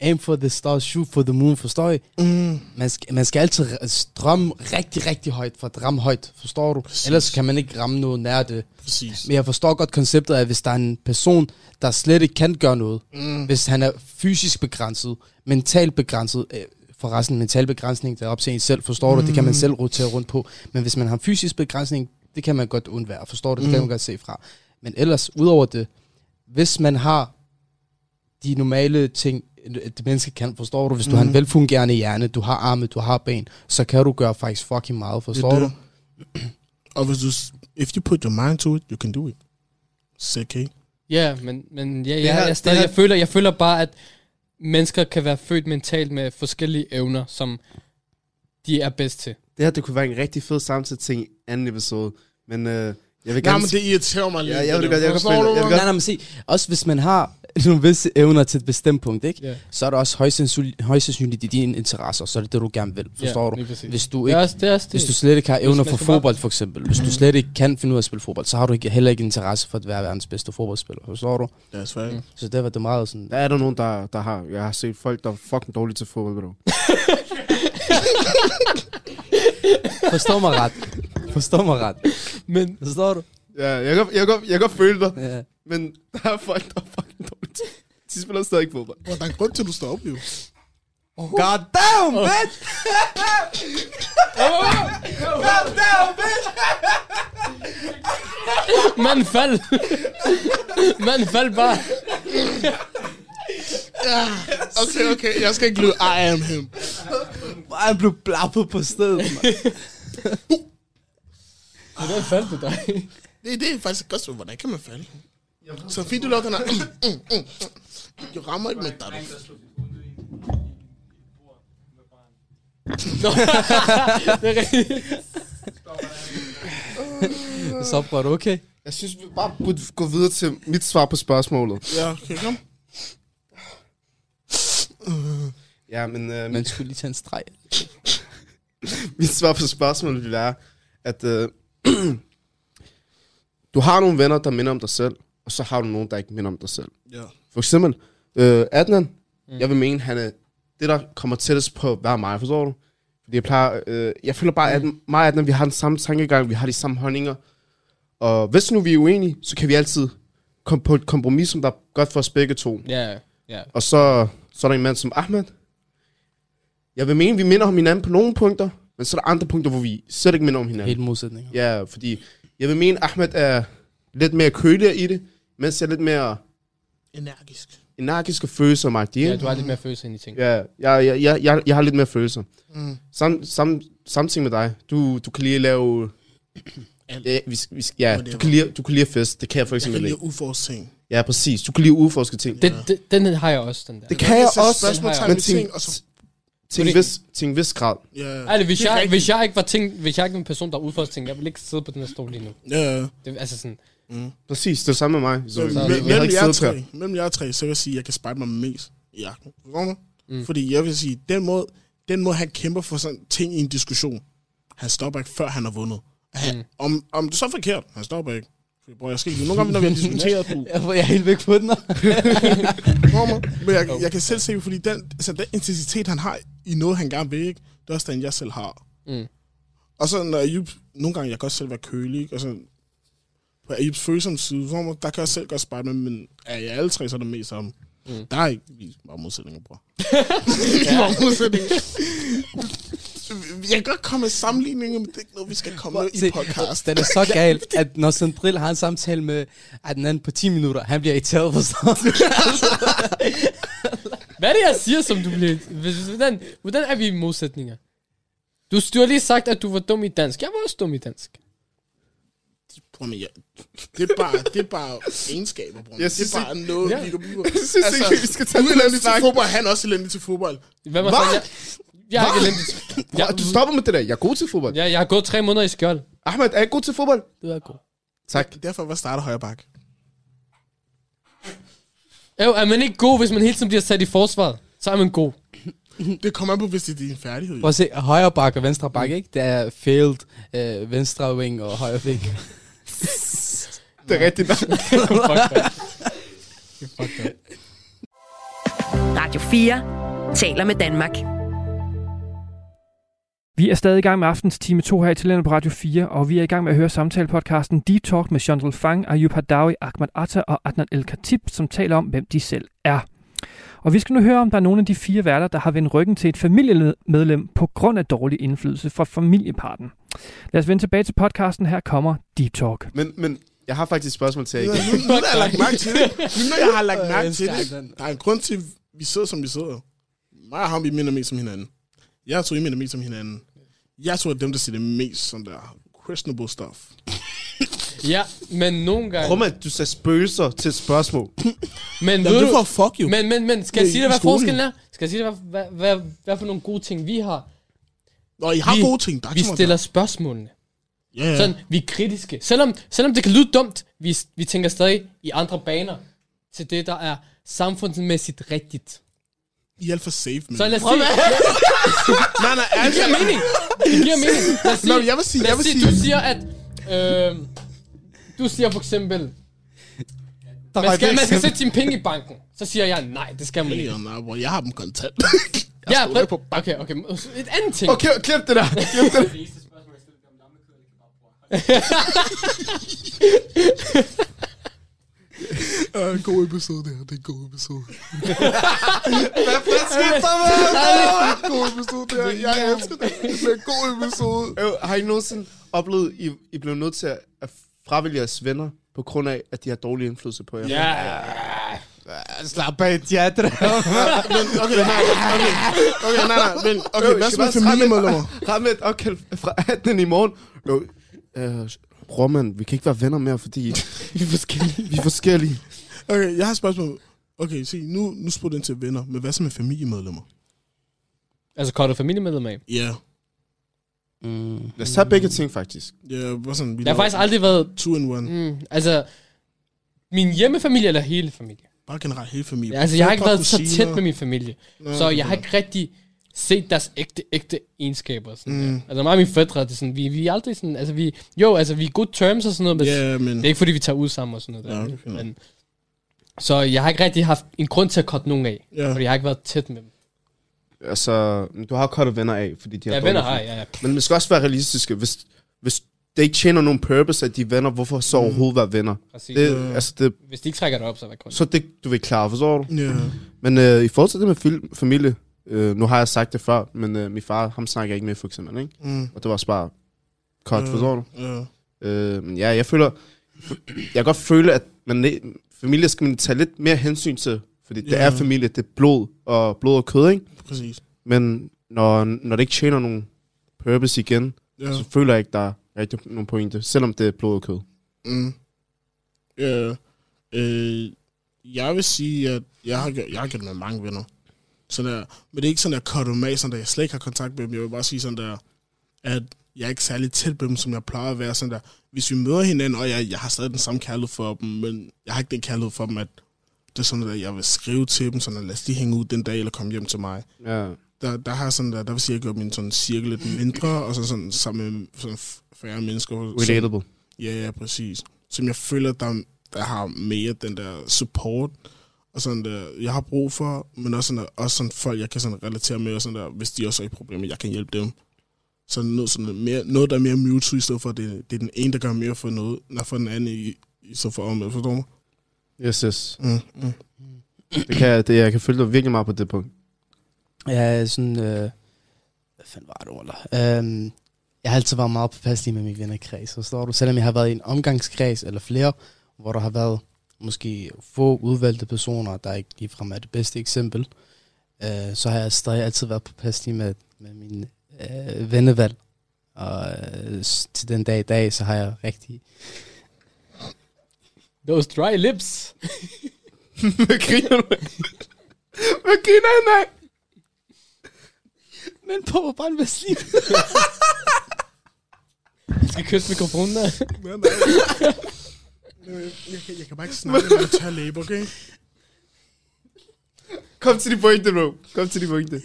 Speaker 4: aim for the stars, shoot for the moon, forstår I? Mm. Man, skal, man skal altid r- drømme rigtig, rigtig højt for at ramme højt, forstår du?
Speaker 9: Præcis.
Speaker 4: Ellers kan man ikke ramme noget nær det.
Speaker 9: Præcis.
Speaker 4: Men jeg forstår godt konceptet af, hvis der er en person, der slet ikke kan gøre noget. Mm. Hvis han er fysisk begrænset, mentalt begrænset, øh, forresten mental begrænsning, der er op til en selv, forstår mm. du? Det kan man selv rotere rundt på. Men hvis man har en fysisk begrænsning, det kan man godt undvære, forstår du? Det mm. kan man godt se fra. Men ellers, udover det, hvis man har de normale ting, et menneske kan, forstår du? Hvis mm. du har en velfungerende hjerne, du har arme, du har ben, så kan du gøre faktisk fucking meget, forstår
Speaker 9: det.
Speaker 4: du?
Speaker 9: Og hvis du... s- If you put your mind to it, you can do it. Sick, hey?
Speaker 6: Ja, men, men ja,
Speaker 7: her-
Speaker 6: ja, jeg,
Speaker 7: det
Speaker 6: stadig,
Speaker 7: her-
Speaker 6: jeg, føler, jeg føler bare, at mennesker kan være født mentalt med forskellige evner, som de er bedst til.
Speaker 7: det her det kunne være en rigtig fed samtale til en anden episode. Men øh, jeg vil
Speaker 9: Nej,
Speaker 7: gerne...
Speaker 9: men det irriterer mig lidt.
Speaker 7: Ja, jeg vil
Speaker 9: det
Speaker 7: godt- jeg
Speaker 9: der.
Speaker 7: vil
Speaker 9: Forstår
Speaker 7: godt-
Speaker 9: du,
Speaker 7: jeg vil
Speaker 9: hvad?
Speaker 7: godt-
Speaker 4: Nej, nej, men se, også hvis man har nogle visse evner til et bestemt punkt, ikke?
Speaker 6: Ja.
Speaker 4: så er det også højst sandsynligt, højst sandsynligt i dine interesser, så er det det, du gerne vil, forstår
Speaker 6: ja,
Speaker 4: du?
Speaker 6: lige præcis.
Speaker 4: Hvis du
Speaker 6: Det er
Speaker 4: ikke
Speaker 6: også, det er også det.
Speaker 4: hvis du slet ikke har evner
Speaker 6: man
Speaker 4: for
Speaker 6: skal bare-
Speaker 4: fodbold, for eksempel. Hvis du slet ikke kan finde ud af at spille fodbold, så har du ikke, heller ikke interesse for at være verdens bedste fodboldspiller, forstår du?
Speaker 9: Ja, svært.
Speaker 4: Så det var det meget sådan...
Speaker 7: Der er der nogen, der, der har... Jeg har set folk, der er fucking dårlige til fodbold, ved du.
Speaker 4: *laughs* Forstår mig ret. Forstår mig ret.
Speaker 6: Men
Speaker 4: Forstår du?
Speaker 7: Ja, jeg kan, jeg kan, jeg kan føle dig,
Speaker 4: Ja.
Speaker 7: men der er folk, der er fucking dårlige til De spiller stadig ikke fodbold.
Speaker 9: Bro, Der er en grund til, at du står op, jo.
Speaker 4: God damn, bitch! God damn, bitch!
Speaker 6: man *laughs* faldt. man faldt bare.
Speaker 9: Okay, okay, jeg skal ikke lyde, I am him.
Speaker 7: *laughs*
Speaker 4: Han blev blappet på stedet, man.
Speaker 6: Hvordan faldt du *laughs* dig?
Speaker 9: Det, det er faktisk et godt spørgsmål. Hvordan kan man falde? Så fint, du laver den her... Mm, mm, mm, mm. *coughs* Du rammer ikke med dig, du.
Speaker 4: Så var det okay.
Speaker 7: Jeg synes, vi bare burde gå videre til mit svar på spørgsmålet.
Speaker 9: Ja, okay, kom.
Speaker 7: Ja, men... *laughs* Øh,
Speaker 4: Man skulle lige tage en streg.
Speaker 7: mit svar på spørgsmålet vil være, at øh, *clears throat* du har nogle venner, der minder om dig selv, og så har du nogen, der ikke minder om dig selv.
Speaker 9: Ja.
Speaker 7: For eksempel, øh, Adnan, mm. jeg vil mene, han er det, der kommer tættest på at være mig, forstår du? Fordi jeg plejer, øh, jeg føler bare, at mig og Adnan, vi har den samme tankegang, vi har de samme holdninger. Og hvis nu vi er uenige, så kan vi altid komme på et kompromis, som der er godt for os begge to.
Speaker 6: Ja, ja.
Speaker 7: Og så, så er der en mand som Ahmed. Jeg vil mene, vi minder om hinanden på nogle punkter, men så er der andre punkter, hvor vi slet ikke minder om hinanden.
Speaker 4: Helt modsætninger.
Speaker 7: Ja, fordi jeg vil mene, Ahmed er lidt mere køligere i det, mens jeg er lidt mere
Speaker 9: Energisk.
Speaker 7: energisk og følsom. Ja,
Speaker 6: Ja, du har lidt mere følelse ind i ting.
Speaker 7: Ja, jeg, jeg, jeg, jeg, jeg har lidt mere følelser. Mm. Sam, sam, samtidig med dig, du, du kan lige lave...
Speaker 9: Alt.
Speaker 7: Ja, vi, skal- vi, skal- ja
Speaker 9: Whatever.
Speaker 7: du, kan lide, du kan lide at fest, det kan jeg for
Speaker 9: Jeg kan
Speaker 7: eksempel
Speaker 9: lide
Speaker 7: ikke.
Speaker 9: ufords ting.
Speaker 7: Ja, præcis. Du kan lide at udforske ting.
Speaker 6: Den, den, den har jeg også, den der.
Speaker 7: det kan jeg
Speaker 9: sætte
Speaker 7: også,
Speaker 9: spørgsmålstegn
Speaker 7: men
Speaker 9: ved
Speaker 7: til,
Speaker 9: ting, og så-
Speaker 7: til, en
Speaker 6: Fordi-
Speaker 7: vis, til en vis grad.
Speaker 9: Ja,
Speaker 6: Altså, hvis,
Speaker 9: Det er
Speaker 6: jeg,
Speaker 9: rigtigt.
Speaker 6: hvis jeg ikke var ting, hvis jeg ikke var en person, der udførte ting, jeg ville ikke sidde på den her stol lige nu.
Speaker 9: Ja, ja.
Speaker 6: Det, altså sådan,
Speaker 7: Præcis, det er samme med mig. Så, vi, vi,
Speaker 9: Mellem-
Speaker 7: vi havde
Speaker 9: Mellem
Speaker 7: ikke
Speaker 9: jer
Speaker 7: siddet her.
Speaker 9: tre, mellem jer tre, så vil jeg sige, at jeg kan spejle mig mest i Ahmed. Forstår du?
Speaker 7: Mm.
Speaker 9: Fordi jeg vil sige, den måde, den måde, han kæmper for sådan ting i en diskussion, han stopper ikke, før han har vundet. Han,
Speaker 7: Mm.
Speaker 9: om, om det er så er forkert, han stopper ikke. Fordi, Bror, jeg skal ikke. Nogle gange, når vi har diskuteret,
Speaker 7: *laughs*
Speaker 9: du
Speaker 4: Jeg er helt væk på *laughs* den.
Speaker 9: kommer. Men jeg, jeg kan selv se, fordi den, altså, den intensitet, han har i noget, han gerne vil, ikke, det er også den, jeg selv har.
Speaker 6: Mm.
Speaker 9: Og så når Ayub, nogle gange, jeg kan også selv være kølig, ikke? og sådan, på Ayubs følsomme side, for mig, der kan jeg selv godt spejle med, men er jeg alle tre, så er det mest om. Mm. Der er ikke vi er bare modsætninger, bror. Vi er bare modsætninger. Jeg kan godt komme med sammenligninger, men det er ikke noget, vi skal komme med i
Speaker 4: Se,
Speaker 9: podcast.
Speaker 4: Den er så gal, at når Sandril har en samtale med at den anden på 10 minutter, han bliver irriteret for sådan.
Speaker 6: hvad er det, jeg siger, som du bliver... hvis- Hvordan, hvordan er vi i modsætninger? Du, du har lige sagt, at du var dum i dansk. Jeg var også dum i dansk.
Speaker 9: Prøv at, høre, jeg, det, er bare, det er bare egenskaber, bror.
Speaker 7: Jeg
Speaker 9: Det
Speaker 7: synes
Speaker 9: er bare noget,
Speaker 6: Ja.
Speaker 9: vi kan bruge.
Speaker 7: Jeg synes ikke, vi skal tage
Speaker 9: Du er
Speaker 7: den
Speaker 9: elendig til
Speaker 7: snak.
Speaker 9: fodbold, han er også elendig til fodbold.
Speaker 6: Hvad var
Speaker 7: Hvad?
Speaker 6: det? Jeg, jeg er ikke elendig.
Speaker 7: Ja, du stopper med det der. Jeg er god til fodbold.
Speaker 6: Jeg, jeg har gået tre måneder i skjold.
Speaker 7: Ahmed, er jeg god til fodbold?
Speaker 6: Du er god.
Speaker 7: Tak.
Speaker 9: Derfor, hvad starter højre bak?
Speaker 6: Jo, er man ikke god, hvis man hele tiden bliver sat i forsvaret? Så er man god.
Speaker 9: Det kommer an på, hvis det er din færdighed. jo.
Speaker 4: Prøv at se, højre bak og venstre bak, ikke? Det er failed øh, venstre wing og højre wing.
Speaker 7: Det er rigtigt.
Speaker 9: *laughs*
Speaker 2: Radio 4 taler med Danmark.
Speaker 3: Vi er stadig i gang med aftens time 2 her i Tillandet på Radio 4, og vi er i gang med at høre samtalepodcasten Deep Talk med Chandral Fang, Ayub Hadawi, Ahmad Atta og Adnan El Khatib, som taler om, hvem de selv er. Og vi skal nu høre, om der er nogle af de fire værter, der har vendt ryggen til et familiemedlem på grund af dårlig indflydelse fra familieparten. Lad os vende tilbage til podcasten. Her kommer Deep Talk.
Speaker 7: Men, men jeg har faktisk et spørgsmål til jer
Speaker 9: Nu,
Speaker 7: igen.
Speaker 9: nu, når jeg har lagt mærke til det, nu når jeg har lagt
Speaker 4: Øh,
Speaker 9: mærke
Speaker 4: jeg
Speaker 9: til det,
Speaker 4: elsker den.
Speaker 9: der er en grund til, at vi sidder, som vi sidder. Mig og ham, vi minder mest om hinanden. Jeg tror, I minder mest om hinanden. Jeg tror, at dem, der siger det mest sådan der questionable stuff.
Speaker 6: Ja, men nogle gange...
Speaker 7: Prøv at du sagde spøgelser til et spørgsmål.
Speaker 6: Men ved
Speaker 9: Jamen, det
Speaker 6: du,
Speaker 9: er for at fuck you.
Speaker 6: men, men, men, skal jeg
Speaker 9: Det er
Speaker 6: sige dig,
Speaker 9: Øh, i
Speaker 6: hvad
Speaker 9: skolen.
Speaker 6: forskellen er? Skal jeg sige dig, hvad, hvad, hvad, hvad for nogle gode ting vi har?
Speaker 9: Og I har
Speaker 6: vi-
Speaker 9: gode ting. Der er
Speaker 6: Vi
Speaker 9: ikke så meget
Speaker 6: stiller spørgsmålene.
Speaker 9: der. Ja, ja.
Speaker 6: Sådan, vi er kritiske. Selvom, selvom det kan lyde dumt, vi, vi tænker stadig i andre baner til det, der er samfundsmæssigt rigtigt.
Speaker 9: I er alt for safe, men...
Speaker 6: Så lad os sige...
Speaker 9: Nej, nej,
Speaker 6: Det
Speaker 9: altså...
Speaker 6: giver mening. Det giver mening. Lad os sige,
Speaker 9: Nå, men jeg vil sige,
Speaker 6: lad
Speaker 9: jeg
Speaker 6: os
Speaker 9: vil
Speaker 6: sige,
Speaker 9: sige...
Speaker 6: du siger, at... Øh, du siger for eksempel... Man skal, man skal sætte sine penge i banken. Så siger jeg, nej, det skal man ikke.
Speaker 9: Ja, nej, bror, jeg har dem kontant.
Speaker 6: Ja, på okay, okay. Et andet ting.
Speaker 7: Okay, klip det der. Klip det der.
Speaker 9: Ja, en god episode, det her. Det er en god *laughs* episode.
Speaker 7: *laughs* Hvad fanden skete der, mand?
Speaker 9: En Ah, god episode, det her. Jeg elsker det. Det er en god episode.
Speaker 7: Øh, har I nogensinde oplevet, I, I blev nødt til at, at fravælge jeres venner, på grund af, at de har dårlig indflydelse på jer?
Speaker 6: Ja,
Speaker 5: Slap af, ja, det
Speaker 9: Men, okay, nej, okay. Okay, nej, nej, men... Okay, hvad så med familiemedlemmer?
Speaker 7: *laughs* Ramet og Kjeld fra 18 i morgen. Jo, øh, bror mand, vi kan ikke være venner mere, fordi
Speaker 6: vi er forskellige.
Speaker 7: vi er forskellige.
Speaker 9: Okay, jeg har et spørgsmål. Okay, se, nu, nu spurgte den til venner, men hvad så med familiemedlemmer?
Speaker 6: Altså, kortet familiemedlem af.
Speaker 9: Ja,
Speaker 4: Mm.
Speaker 7: Lad os tage begge ting, faktisk.
Speaker 9: ja, hvad sådan, vi
Speaker 6: Jeg har
Speaker 9: laver
Speaker 6: faktisk aldrig været...
Speaker 9: Two in one.
Speaker 6: Mm, altså, min hjemmefamilie eller hele familie.
Speaker 9: Bare generelt hele familien.
Speaker 6: Altså, jeg har ikke
Speaker 9: Fætre,
Speaker 6: været så
Speaker 9: kusiner.
Speaker 6: tæt med min familie.
Speaker 9: Nå,
Speaker 6: Så jeg har
Speaker 9: okay.
Speaker 6: ikke rigtig set deres ægte, ægte egenskaber. og Sådan
Speaker 9: Mm.
Speaker 6: mm. der. Altså mig og mine fædre, det er sådan, vi, vi er aldrig sådan, altså vi, jo, altså vi er good terms og sådan noget, men yeah.
Speaker 9: Ja, men...
Speaker 6: det er ikke fordi, vi tager ud sammen og sådan noget. Der.
Speaker 9: Ja, okay.
Speaker 6: men, så jeg har ikke rigtig haft en grund til at korte nogen af,
Speaker 9: Ja.
Speaker 6: fordi jeg har ikke været tæt med dem.
Speaker 7: Altså, du har kottet venner af, fordi de har
Speaker 6: Jeg
Speaker 7: dårlig
Speaker 6: venner har,
Speaker 7: indflydelse.
Speaker 6: ja, ja.
Speaker 7: Men man skal også være realistiske. Hvis, hvis det ikke tjener nogen purpose, at de er venner, hvorfor
Speaker 6: Mm.
Speaker 7: så overhovedet være venner?
Speaker 6: Præcis.
Speaker 7: Det,
Speaker 6: Det...
Speaker 7: mm. altså, det,
Speaker 6: Hvis de ikke trækker det op, så er det kun.
Speaker 7: så er det, du vil klare, forstår du?
Speaker 9: Ja.
Speaker 7: Men øh, i forhold til det med film, familie, øh, nu har jeg sagt det før, men øh, min far, ham snakker jeg ikke med, for eksempel, ikke?
Speaker 9: Mm.
Speaker 7: Og det var også bare
Speaker 6: Mm.
Speaker 7: kort,
Speaker 9: Øh.
Speaker 7: forstår du?
Speaker 9: Ja.
Speaker 7: Øh, men ja, jeg føler, jeg kan godt føle, at man, familie skal man tage lidt mere hensyn til, fordi det
Speaker 9: Ja.
Speaker 7: er familie, det er blod og blod og kød, ikke?
Speaker 9: Præcis.
Speaker 7: Men når, når det ikke tjener nogen purpose igen,
Speaker 9: Ja.
Speaker 7: så føler jeg ikke, der er rigtig nogen pointe, selvom det er blod og kød.
Speaker 9: Mm. Ja. Øh, jeg vil sige, at jeg har, gjort- jeg har gjort med mange venner. Sådan der. Men det er ikke sådan, at jeg cutter dem af, sådan der, jeg slet ikke har kontakt med dem. Jeg vil bare sige sådan der, at jeg er ikke særlig tæt med dem, som jeg plejer at være. Sådan der. Hvis vi møder hinanden, og jeg, jeg har stadig den samme kærlighed for dem, men jeg har ikke den kærlighed for dem, at det er sådan, at jeg vil skrive til dem, sådan at lad os lige hænge ud den dag, eller komme hjem til mig
Speaker 7: Ja.
Speaker 9: der, der har jeg sådan der, der vil sige, at jeg gør min sådan cirkel lidt mindre, og så sådan sammen med sådan færre mennesker. som-
Speaker 7: Relatable.
Speaker 9: Ja, ja, præcis. Som jeg føler, der, der har mere den der support, og sådan der, jeg har brug for, men også sådan, der, også sådan folk, jeg kan sådan relatere med, og sådan der, hvis de også er i problemer, jeg kan hjælpe dem. Så noget, sådan noget mere, noget der er mere mutual, i stedet for, at det, det er den ene, der gør mere for noget, når for den anden, i, i stedet for omvendt, forstår du mig?
Speaker 7: Yes, yes.
Speaker 9: Mm, *laughs* mm.
Speaker 7: Det kan, det, jeg kan følge dig virkelig meget på det punkt.
Speaker 4: Ja, sådan... Øh, hvad fanden var det, Ola? Øhm, jeg har altid været meget påpasselig med min vennekreds, forstår du? Selvom jeg har været i en omgangskreds eller flere, hvor der har været måske få udvalgte personer, der ikke ligefrem er det bedste eksempel, øh, så har jeg stadig altid været påpasselig med, med min øh, vennevalg. Og øh, s- til den dag i dag, så har jeg rigtig
Speaker 6: Those dry *laughs* lips.
Speaker 7: Hvad griner du af? Hvad griner han af?
Speaker 4: Men på, hvor bare en
Speaker 6: *laughs*
Speaker 4: vaseline.
Speaker 6: Jeg skal kysse mikrofonen der.
Speaker 9: Nej, nej. Jeg, jeg, kan- jeg kan bare ikke snakke med tør læber, okay?
Speaker 7: Kom til de pointe, bro. Kom til de pointe.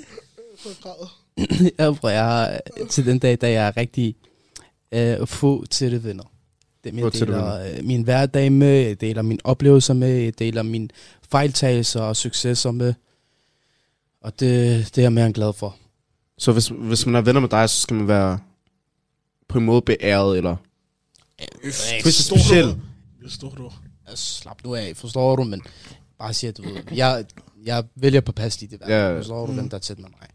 Speaker 4: *clears throat* jeg, prøver, jeg har, til den dag, da jeg er rigtig øh, få til det venner. Dem,
Speaker 7: Få
Speaker 4: jeg
Speaker 7: tætte
Speaker 4: deler øh, min hverdag med, jeg deler mine oplevelser med, jeg deler mine fejltagelser og succeser med. Og det, det er jeg mere end glad for.
Speaker 7: Så hvis, hvis man er venner med dig, så skal man være på en måde beæret, eller...
Speaker 9: Det
Speaker 7: Hvis det er specielt.
Speaker 9: Det står du.
Speaker 4: Altså, slap nu af, forstår du, men bare siger, du ved, jeg, jeg vælger på pas i det verden.
Speaker 7: Ja.
Speaker 4: Forstår du, hvem der er tæt med mig?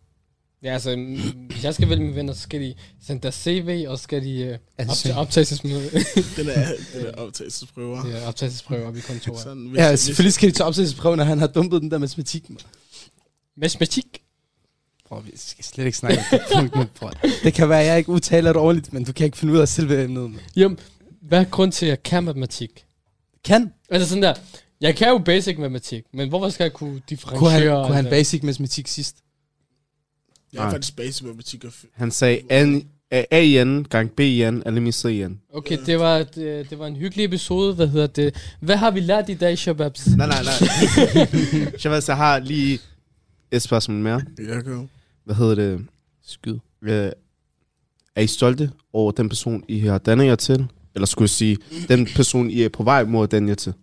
Speaker 6: Ja, altså, mm, hvis jeg skal vælge mine venner, så skal de sende deres CV, og så skal de øh, op til
Speaker 4: Ansøg.
Speaker 6: optagelsesmøde.
Speaker 9: Mm, Den er, den er optagelsesprøver.
Speaker 6: ja, optagelsesprøver op i kontoret.
Speaker 9: Sådan, hvis,
Speaker 4: Ja, selvfølgelig skal de tage opsættelsesprøven, når han har dumpet den der matematik. mand.
Speaker 6: Matematik.
Speaker 4: Prøv, vi skal slet ikke snakke om det punkt, men prøv. Det kan være, at jeg ikke udtaler det ordentligt, men du kan ikke finde ud af selve emnet. mand.
Speaker 6: Jamen, hvad er grund til, at jeg kan matematik?
Speaker 4: Kan?
Speaker 6: Altså sådan der, jeg kan jo basic matematik, men hvorfor skal jeg kunne differentiere?
Speaker 4: Kunne han, kunne han
Speaker 6: eller-
Speaker 4: basic matematik sidst?
Speaker 9: Jeg er
Speaker 7: Nej.
Speaker 9: faktisk base med matematik og f-
Speaker 7: Han sagde N- A- A i N gang B i N, alle min C i N.
Speaker 6: Okay, det var, øh, det, det var en hyggelig episode. Hvad hedder det? Hvad har vi lært i dag, Shababs?
Speaker 7: Nej, nej, *laughs* nej. Shabazz, jeg har lige et spørgsmål mere.
Speaker 9: Jeg kan.
Speaker 7: Hvad hedder det?
Speaker 4: Skyd.
Speaker 7: Øh, Er I stolte over den person, I har dannet jer til? Eller skulle jeg sige, den person, I er på vej mod at danne jer til?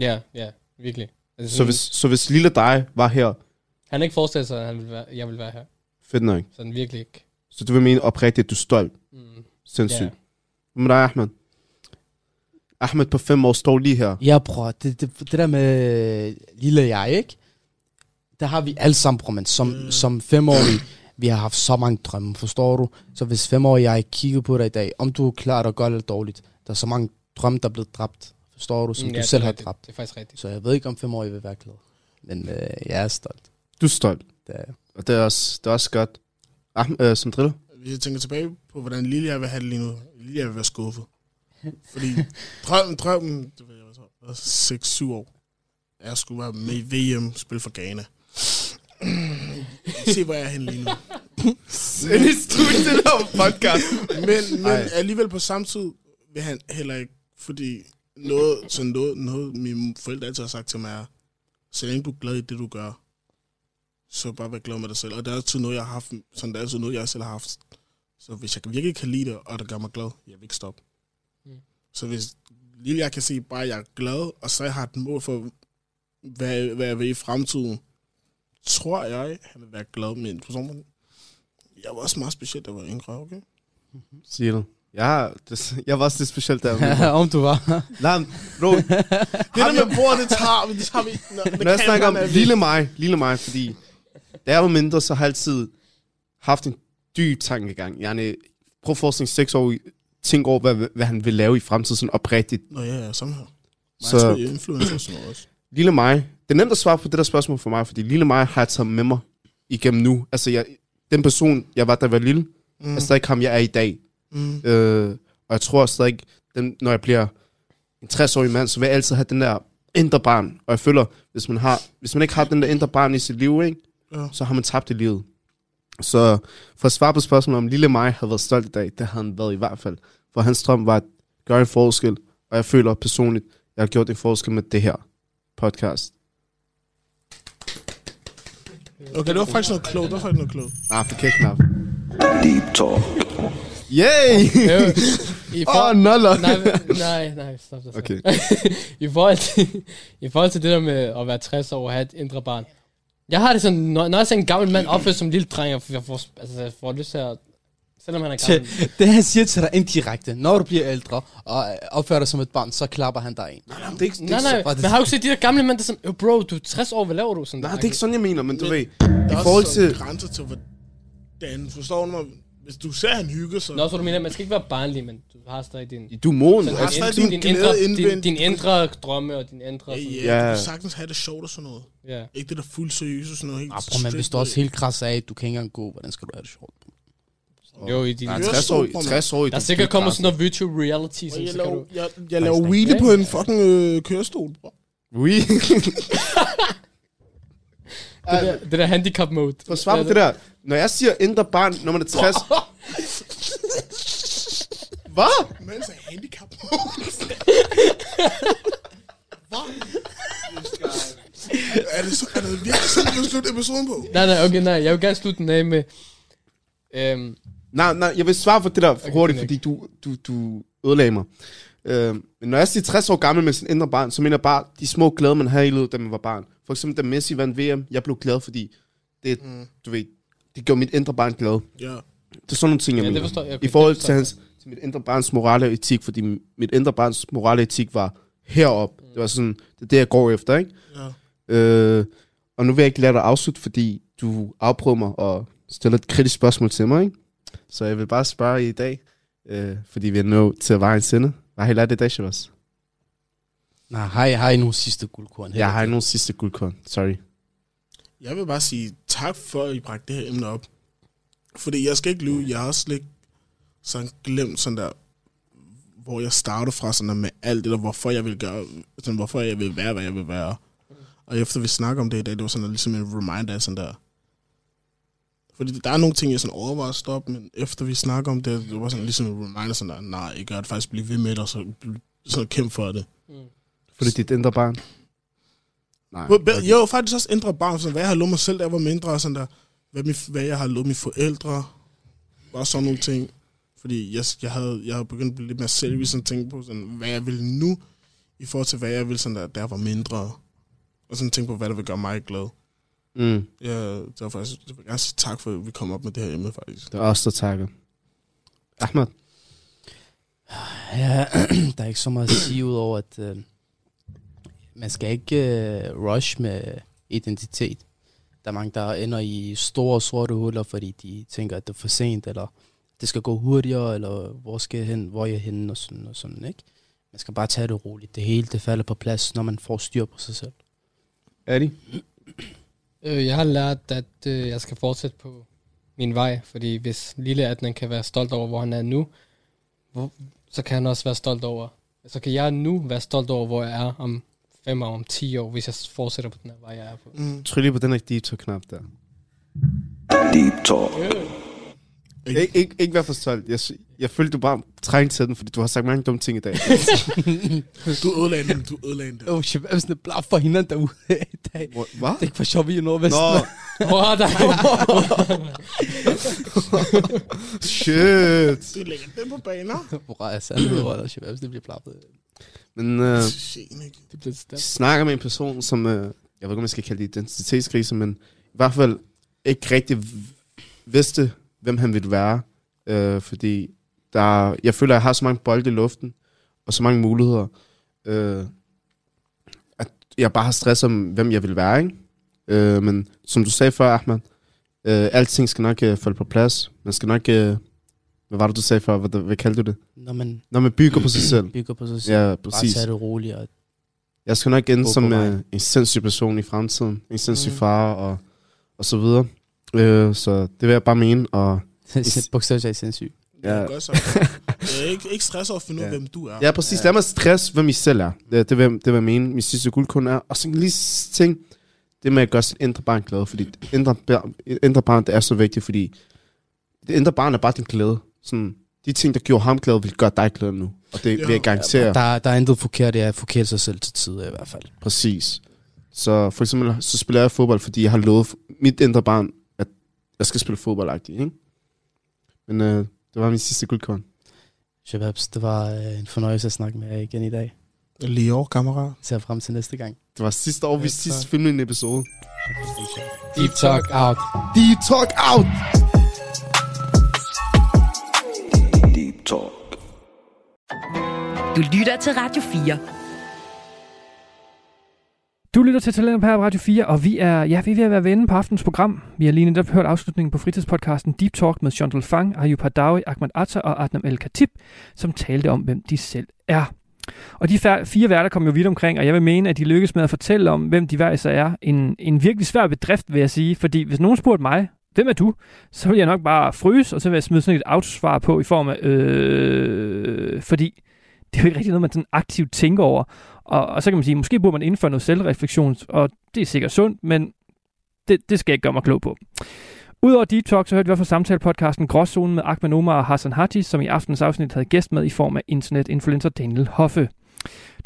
Speaker 6: Ja, ja, virkelig. Altså,
Speaker 4: Mm.
Speaker 7: Så hvis, så hvis lille dig var her,
Speaker 6: Han har ikke forestillet sig, at han ville være, jeg ville være her.
Speaker 7: fedt nok.
Speaker 6: Sådan virkelig ikke.
Speaker 7: Så du vil mene oprigtigt, at du er stolt.
Speaker 6: Mm.
Speaker 7: Sindssygt.
Speaker 6: Ja.
Speaker 7: Yeah. Men dig, Ahmed. Ahmed på fem år står lige her.
Speaker 4: Ja, bror, det, det, det der med øh, lille jeg, ikke? Der har vi alle sammen, bror, men som, mm. som femårige, vi har haft så mange drømme, forstår du? Så hvis femårige jeg kigger på dig i dag, om du klarer dig godt eller dårligt, der er så mange drømme, der er blevet dræbt, forstår du, som
Speaker 6: Mm,
Speaker 4: mm, du
Speaker 6: ja,
Speaker 4: selv
Speaker 6: det er
Speaker 4: har
Speaker 6: rigtigt.
Speaker 4: dræbt.
Speaker 6: Det er faktisk rigtigt.
Speaker 4: Så jeg ved ikke, om femårige vil være glad. Men øh, jeg er stolt.
Speaker 7: Du er stolt.
Speaker 4: Det er, jeg.
Speaker 7: Og det er også, det er også godt. Ahmed, øh, som driller.
Speaker 9: Hvis jeg tænker tilbage på, hvordan Lille jeg vil have det lige nu, Lille jeg vil være skuffet. Fordi drømmen, drømmen, det ved jeg, hvad så, var 6-7 år. Jeg skulle være med i VM, spille for Ghana. Se, hvor jeg er henne lige nu.
Speaker 7: Ind i studiet og podcast.
Speaker 9: Men, men
Speaker 7: Ej.
Speaker 9: alligevel på samme tid vil han heller ikke, fordi noget, sådan noget, noget mine forældre altid har sagt til mig er, så længe du er glad i det, du gør, så bare vær glad med dig selv. Og det er altid noget, jeg har haft, sådan det er altid noget, jeg selv har haft. Så hvis jeg virkelig kan lide det, og det gør mig glad, jeg vil ikke stoppe.
Speaker 6: Mm.
Speaker 9: Så hvis lille jeg kan se, bare jeg er glad, og så jeg har et mål for, hvad, hvad jeg vil i fremtiden, tror jeg, han vil være glad med på sommeren. Jeg var også meget speciel, da jeg var yngre, okay?
Speaker 7: Siger du. Jeg, har- det, jeg var også lidt
Speaker 4: *laughs*
Speaker 7: specielt der.
Speaker 4: om du var.
Speaker 7: Nej, men
Speaker 4: *laughs*
Speaker 7: bro,
Speaker 9: Det der med bordet, det *laughs* tager vi, det tager vi. Når,
Speaker 7: når jeg snakker om lille mig, lille mig, fordi da jeg var mindre, så har jeg altid haft en dyb tankegang. Jeg er brugforskning 6 år, i- tænk over, hvad, hvad han vil lave i fremtiden, sådan oprigtigt.
Speaker 9: Nå ja, ja, samme her.
Speaker 7: Så-
Speaker 9: Så... Jeg er influencer og sådan noget også.
Speaker 7: Lille mig, det er nemt at svare på det der spørgsmål for mig, fordi lille mig har jeg taget med mig igennem nu. Altså, jeg, den person, jeg var, da jeg var lille, mm. er stadig ham, jeg er i dag.
Speaker 9: Mm.
Speaker 7: Øh, og jeg tror stadig, den, når jeg bliver en 60-årig mand, så vil jeg altid have den der indre barn. Og jeg føler, hvis man, har, hvis man ikke har den der indre barn i sit liv, ikke,
Speaker 9: Ja.
Speaker 7: så har man tabt i livet. Så for at svare på spørgsmålet om lille mig havde været stolt i dag, det havde han været i hvert fald. For hans drøm var at gøre en forskel, og jeg føler personligt, at jeg har gjort en forskel med det her podcast.
Speaker 9: Okay, det var faktisk noget klogt, det var faktisk noget klogt.
Speaker 7: Ah, for knap.
Speaker 1: Deep Talk.
Speaker 7: Yay!
Speaker 6: Øh, I
Speaker 7: *laughs* Åh,
Speaker 6: for...
Speaker 7: oh,
Speaker 6: *laughs*
Speaker 7: noller!
Speaker 6: nej, nej, nej, stop, stop, stop.
Speaker 7: Okay.
Speaker 6: I, forhold til, *laughs* I forhold til det der med at være 60 år og have et indre barn. Jeg har det sådan, når, når jeg ser en gammel mand opføre som en lille dreng, jeg får, jeg får, altså, jeg får lyst til at... Selvom han er gammel.
Speaker 4: *laughs* Det han siger til dig indirekte, når du bliver ældre og øh, opfører dig som et barn, så klapper han dig en.
Speaker 7: Det er ikke, det er
Speaker 6: Nej,
Speaker 7: ikke,
Speaker 6: nej,
Speaker 4: så-
Speaker 6: men har du ikke set de der gamle mænd, der er sådan, "Øh, bro, du er 60 år, hvad laver du? Sådan
Speaker 7: nej,
Speaker 6: der.
Speaker 7: det er ikke sådan, jeg mener, men du
Speaker 9: Men
Speaker 7: ved,
Speaker 9: Der
Speaker 7: i
Speaker 9: er
Speaker 7: forhold
Speaker 9: også
Speaker 7: til...
Speaker 9: sådan grænser til, hvordan, forstår du mig? Hvis du ser, at han hygger sig,
Speaker 6: Nå, så du mener, man skal ikke være barnlig, men du har stadig din...
Speaker 7: Du er moden.
Speaker 6: Sådan,
Speaker 9: har
Speaker 6: din,
Speaker 9: stadig
Speaker 6: din,
Speaker 9: din
Speaker 6: din, indre,
Speaker 9: glæde
Speaker 6: din,
Speaker 9: indvendigt.
Speaker 6: din indre drømme og din indre...
Speaker 9: ja,
Speaker 6: Sådan,
Speaker 9: ja,
Speaker 6: yeah.
Speaker 9: yeah.
Speaker 7: Ja.
Speaker 9: du kan sagtens have det sjovt og sådan noget.
Speaker 6: Ja.
Speaker 9: Ikke det der fuldt seriøse, sådan noget helt
Speaker 4: Ah, bror, man
Speaker 9: straight
Speaker 4: hvis du også
Speaker 9: ud.
Speaker 4: helt krasse af, at du kan ikke engang gå, hvordan skal du have det sjovt?
Speaker 6: Jo, i din...
Speaker 7: Der er
Speaker 9: Det er
Speaker 7: 60 år,
Speaker 9: super, mand.
Speaker 7: 60 år i
Speaker 6: Der er sikkert kommet sådan noget virtual reality,
Speaker 9: Og
Speaker 6: som
Speaker 9: jeg
Speaker 6: så kan
Speaker 9: laver,
Speaker 6: du...
Speaker 9: jeg, jeg laver wheelie på en fucking øh, kørestol, bro.
Speaker 7: Oui.
Speaker 6: Det der, det der handicap mode.
Speaker 7: For svar på det der. Når jeg siger ændre barn, når man er 60... Hvad?
Speaker 9: Mens er handicap. Hvad? er det så, er det virkelig sådan, du slutter episoden på?
Speaker 6: Nej, nej, okay, nej. Jeg vil gerne slutte den af med... Øhm,
Speaker 7: Nej, nej, jeg vil svare på det der okay, hurtigt,
Speaker 6: fint
Speaker 7: fordi du, du, du ødelagde mig. Øh, men når jeg siger 60 år gammel med sin indre barn, så mener jeg bare de små glæder, man havde i livet, da man var barn. For eksempel, da Messi vandt VM, jeg blev glad, fordi det, mm. du ved, det gjorde mit indre barn glad.
Speaker 9: Ja.
Speaker 7: Det er sådan nogle ting, jeg
Speaker 6: Ja, det
Speaker 7: mener.
Speaker 6: forstår jeg. Okay,
Speaker 7: I forhold
Speaker 6: det forstår
Speaker 7: til, hans, til mit indre barns morale og etik, fordi mit indre barns morale og etik var herop. Det var sådan, det er det, jeg går efter, ikke? Ja. Øh, og nu vil jeg ikke lade dig afslutte, fordi du afprøver mig og stiller et kritisk spørgsmål til mig, ikke? Så jeg vil bare spørge i dag, øh, fordi vi er nået til vejens ende. Hvad har I lært i dag, Shabazz?
Speaker 4: Nej, har I, har I nogle sidste guldkorn her?
Speaker 7: Jeg har nogle sidste guldkorn, sorry.
Speaker 9: Jeg vil bare sige tak for, at I bragte det her emne op. Fordi jeg skal ikke lyve, jeg har slet ikke sådan glemt sådan der, hvor jeg startede fra sådan der med alt det der, hvorfor jeg vil gøre, sådan, hvorfor jeg vil være, hvad jeg vil være. Og efter vi snakker om det i dag, det var sådan der, ligesom en reminder af sådan der. Fordi der er nogle ting, jeg sådan overvejer at stoppe, men efter vi snakker om det, det var sådan ligesom en reminder sådan der, nej, I gør det faktisk, blive ved med det, og så, så kæmpe for det.
Speaker 7: For det er dit indre barn. Nej.
Speaker 9: På- be- Jo, faktisk også ændre barn, sådan, hvad jeg har lovet mig selv, da jeg var mindre, og sådan der, hvad, min, hvad jeg har lovet mine forældre, bare sådan nogle ting. Fordi jeg, jeg, havde, jeg havde begyndt at blive lidt mere selvisk, sådan tænke på, sådan, hvad jeg vil nu, i forhold til, hvad jeg vil, sådan der, da jeg var mindre. Og sådan tænke på, hvad der vil gøre mig glad.
Speaker 7: Mm,
Speaker 9: Ja, det var faktisk, jeg vil gerne sige tak for, at vi kom op med det her emne, faktisk.
Speaker 7: det er også der takker. Ahmed,
Speaker 4: Ja, *clears throat* der er ikke så meget at sige udover, at øh, man skal ikke øh, rush med identitet. Der er mange, der ender i store sorte huller, fordi de tænker, at det er for sent, eller det skal gå hurtigere, eller hvor skal jeg hen, hvor er jeg henne, og sådan og sådan, ikke? Man skal bare tage det roligt. Det hele, det falder på plads, når man får styr på sig selv.
Speaker 7: Adi?
Speaker 6: øh, jeg har lært, at øh, jeg skal fortsætte på min vej, fordi hvis lille Adnan kan være stolt over, hvor han er nu, hvor, så kan han også være stolt over, så kan jeg nu være stolt over, hvor jeg er om fem år, om ti år, hvis jeg fortsætter på den her vej, jeg er på.
Speaker 7: Tryk lige på den her deep talk knap der.
Speaker 1: Deep Talk.
Speaker 7: Ikke, ikke, ikke vær for stolt. Jeg, sy- jeg følte, du bare trængte til den, fordi du har sagt mange dumme ting i dag.
Speaker 9: Du ødelagde den, du ødelagde den.
Speaker 4: Oh, shit, hvem sådan blaf for hinanden derude *laughs* i dag? Det
Speaker 7: Hvad?
Speaker 4: ikke for sjovt, vi er nordvest.
Speaker 7: Nå,
Speaker 6: Hvor er der?
Speaker 7: shit.
Speaker 9: Du lægger den på baner.
Speaker 4: *laughs* Hvor er sandt, hvor er der shababs, det bliver blaffet.
Speaker 7: Men øh,
Speaker 9: Shit, ikke?
Speaker 6: Det bliver
Speaker 7: jeg
Speaker 6: stærkt.
Speaker 7: snakker med en person, som... Øh, jeg ved ikke, om jeg skal kalde det identitetskrise, men i hvert fald ikke rigtig v- vidste, hvem han ville være. Øh, fordi der, jeg føler, at jeg har så mange bolde i luften, og så mange muligheder, øh, at jeg bare har stress om, hvem jeg vil være. Ikke? Øh, men som du sagde før, Ahmed, øh, alting skal nok øh, falde på plads. Man skal nok... Øh, hvad var det, du sagde før? Hvad, hvad kaldte du det?
Speaker 4: Når man
Speaker 7: Når man bygger
Speaker 4: *clears throat*
Speaker 7: på sig selv.
Speaker 4: bygger på sig selv,
Speaker 7: Ja,
Speaker 4: bare
Speaker 7: præcis.
Speaker 4: tage det roligt og *laughs*
Speaker 7: Jeg skal nok ende
Speaker 4: Gå
Speaker 7: som
Speaker 4: på vejen.
Speaker 7: øh, en sindssyg person i fremtiden. En sindssyg mm. far og, og så videre. Øh, så det vil jeg bare mene. Og,
Speaker 4: Sæt bogstavet er sindssyg.
Speaker 7: ja,
Speaker 9: Ja. Godt så. Jeg er ikke, ikke stress over at finde ud af,
Speaker 7: Ja.
Speaker 9: hvem du er.
Speaker 7: ja, præcis. Ja. Lad mig stress, hvem I selv er. Det, det, vil, det vil jeg mene, min sidste guldkunde er. Og så en lille s- ting. Det med at gøre sit indre barn glad. Fordi det indre, bær- indre barn, det er så vigtigt, fordi det indre barn er bare din glæde. Sådan, de ting, der gjorde ham glad, vil gøre dig glad nu. Og det
Speaker 9: Ja.
Speaker 7: ja. vil jeg garantere.
Speaker 4: Der, der er intet forkert i at forkerte sig selv til tider i hvert fald.
Speaker 7: Præcis. Så for eksempel, så spiller jeg fodbold, fordi jeg har lovet f- mit indre barn, at jeg skal spille fodboldagtigt, ikke? Men øh, det var min sidste guldkorn.
Speaker 4: Shababs, det var øh, en fornøjelse at snakke med jer igen i dag.
Speaker 9: Lige over, kammerat.
Speaker 4: Ser frem til næste gang.
Speaker 7: Det var sidste år, vi
Speaker 6: Ja,
Speaker 7: sidst
Speaker 6: tak.
Speaker 7: filmede en episode.
Speaker 6: Deep talk out.
Speaker 7: Deep Talk out!
Speaker 1: Deep Talk.
Speaker 2: Du lytter til Radio 4.
Speaker 3: Du lytter til Talent her på Radio 4, og vi er, ja, vi er ved at være venne på aftens program. Vi har lige netop hørt afslutningen på fritidspodcasten Deep Talk med Sean Fang, Ayub Hadawi, Ahmed Atta og Adnam El Khatib, som talte om, hvem de selv er. Og de fær- fire værter kom jo vidt omkring, og jeg vil mene, at de lykkedes med at fortælle om, hvem de hver især er. En, en virkelig svær bedrift, vil jeg sige, fordi hvis nogen spurgte mig, hvem er du? Så vil jeg nok bare fryse, og så vil jeg smide sådan et autosvar på i form af, øh, fordi det er jo ikke rigtig noget, man sådan aktivt tænker over. Og, og så kan man sige, måske burde man indføre noget selvreflektion, og det er sikkert sundt, men det, det skal jeg ikke gøre mig klog på. Udover Detox, så hørte vi også fra samtalepodcasten Gråzonen med Ahmed Omar og Hassan Haji, som i aftens afsnit havde gæst med i form af internetinfluencer Daniel Hoffe.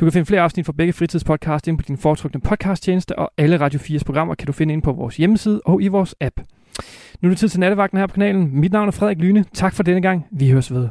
Speaker 3: Du kan finde flere afsnit fra begge fritidspodcast inde på din foretrukne podcasttjeneste, og alle Radio 4's programmer kan du finde inde på vores hjemmeside og i vores app. Nu er det tid til nattevagten her på kanalen. Mit navn er Frederik Lyne. Tak for denne gang. Vi høres ved.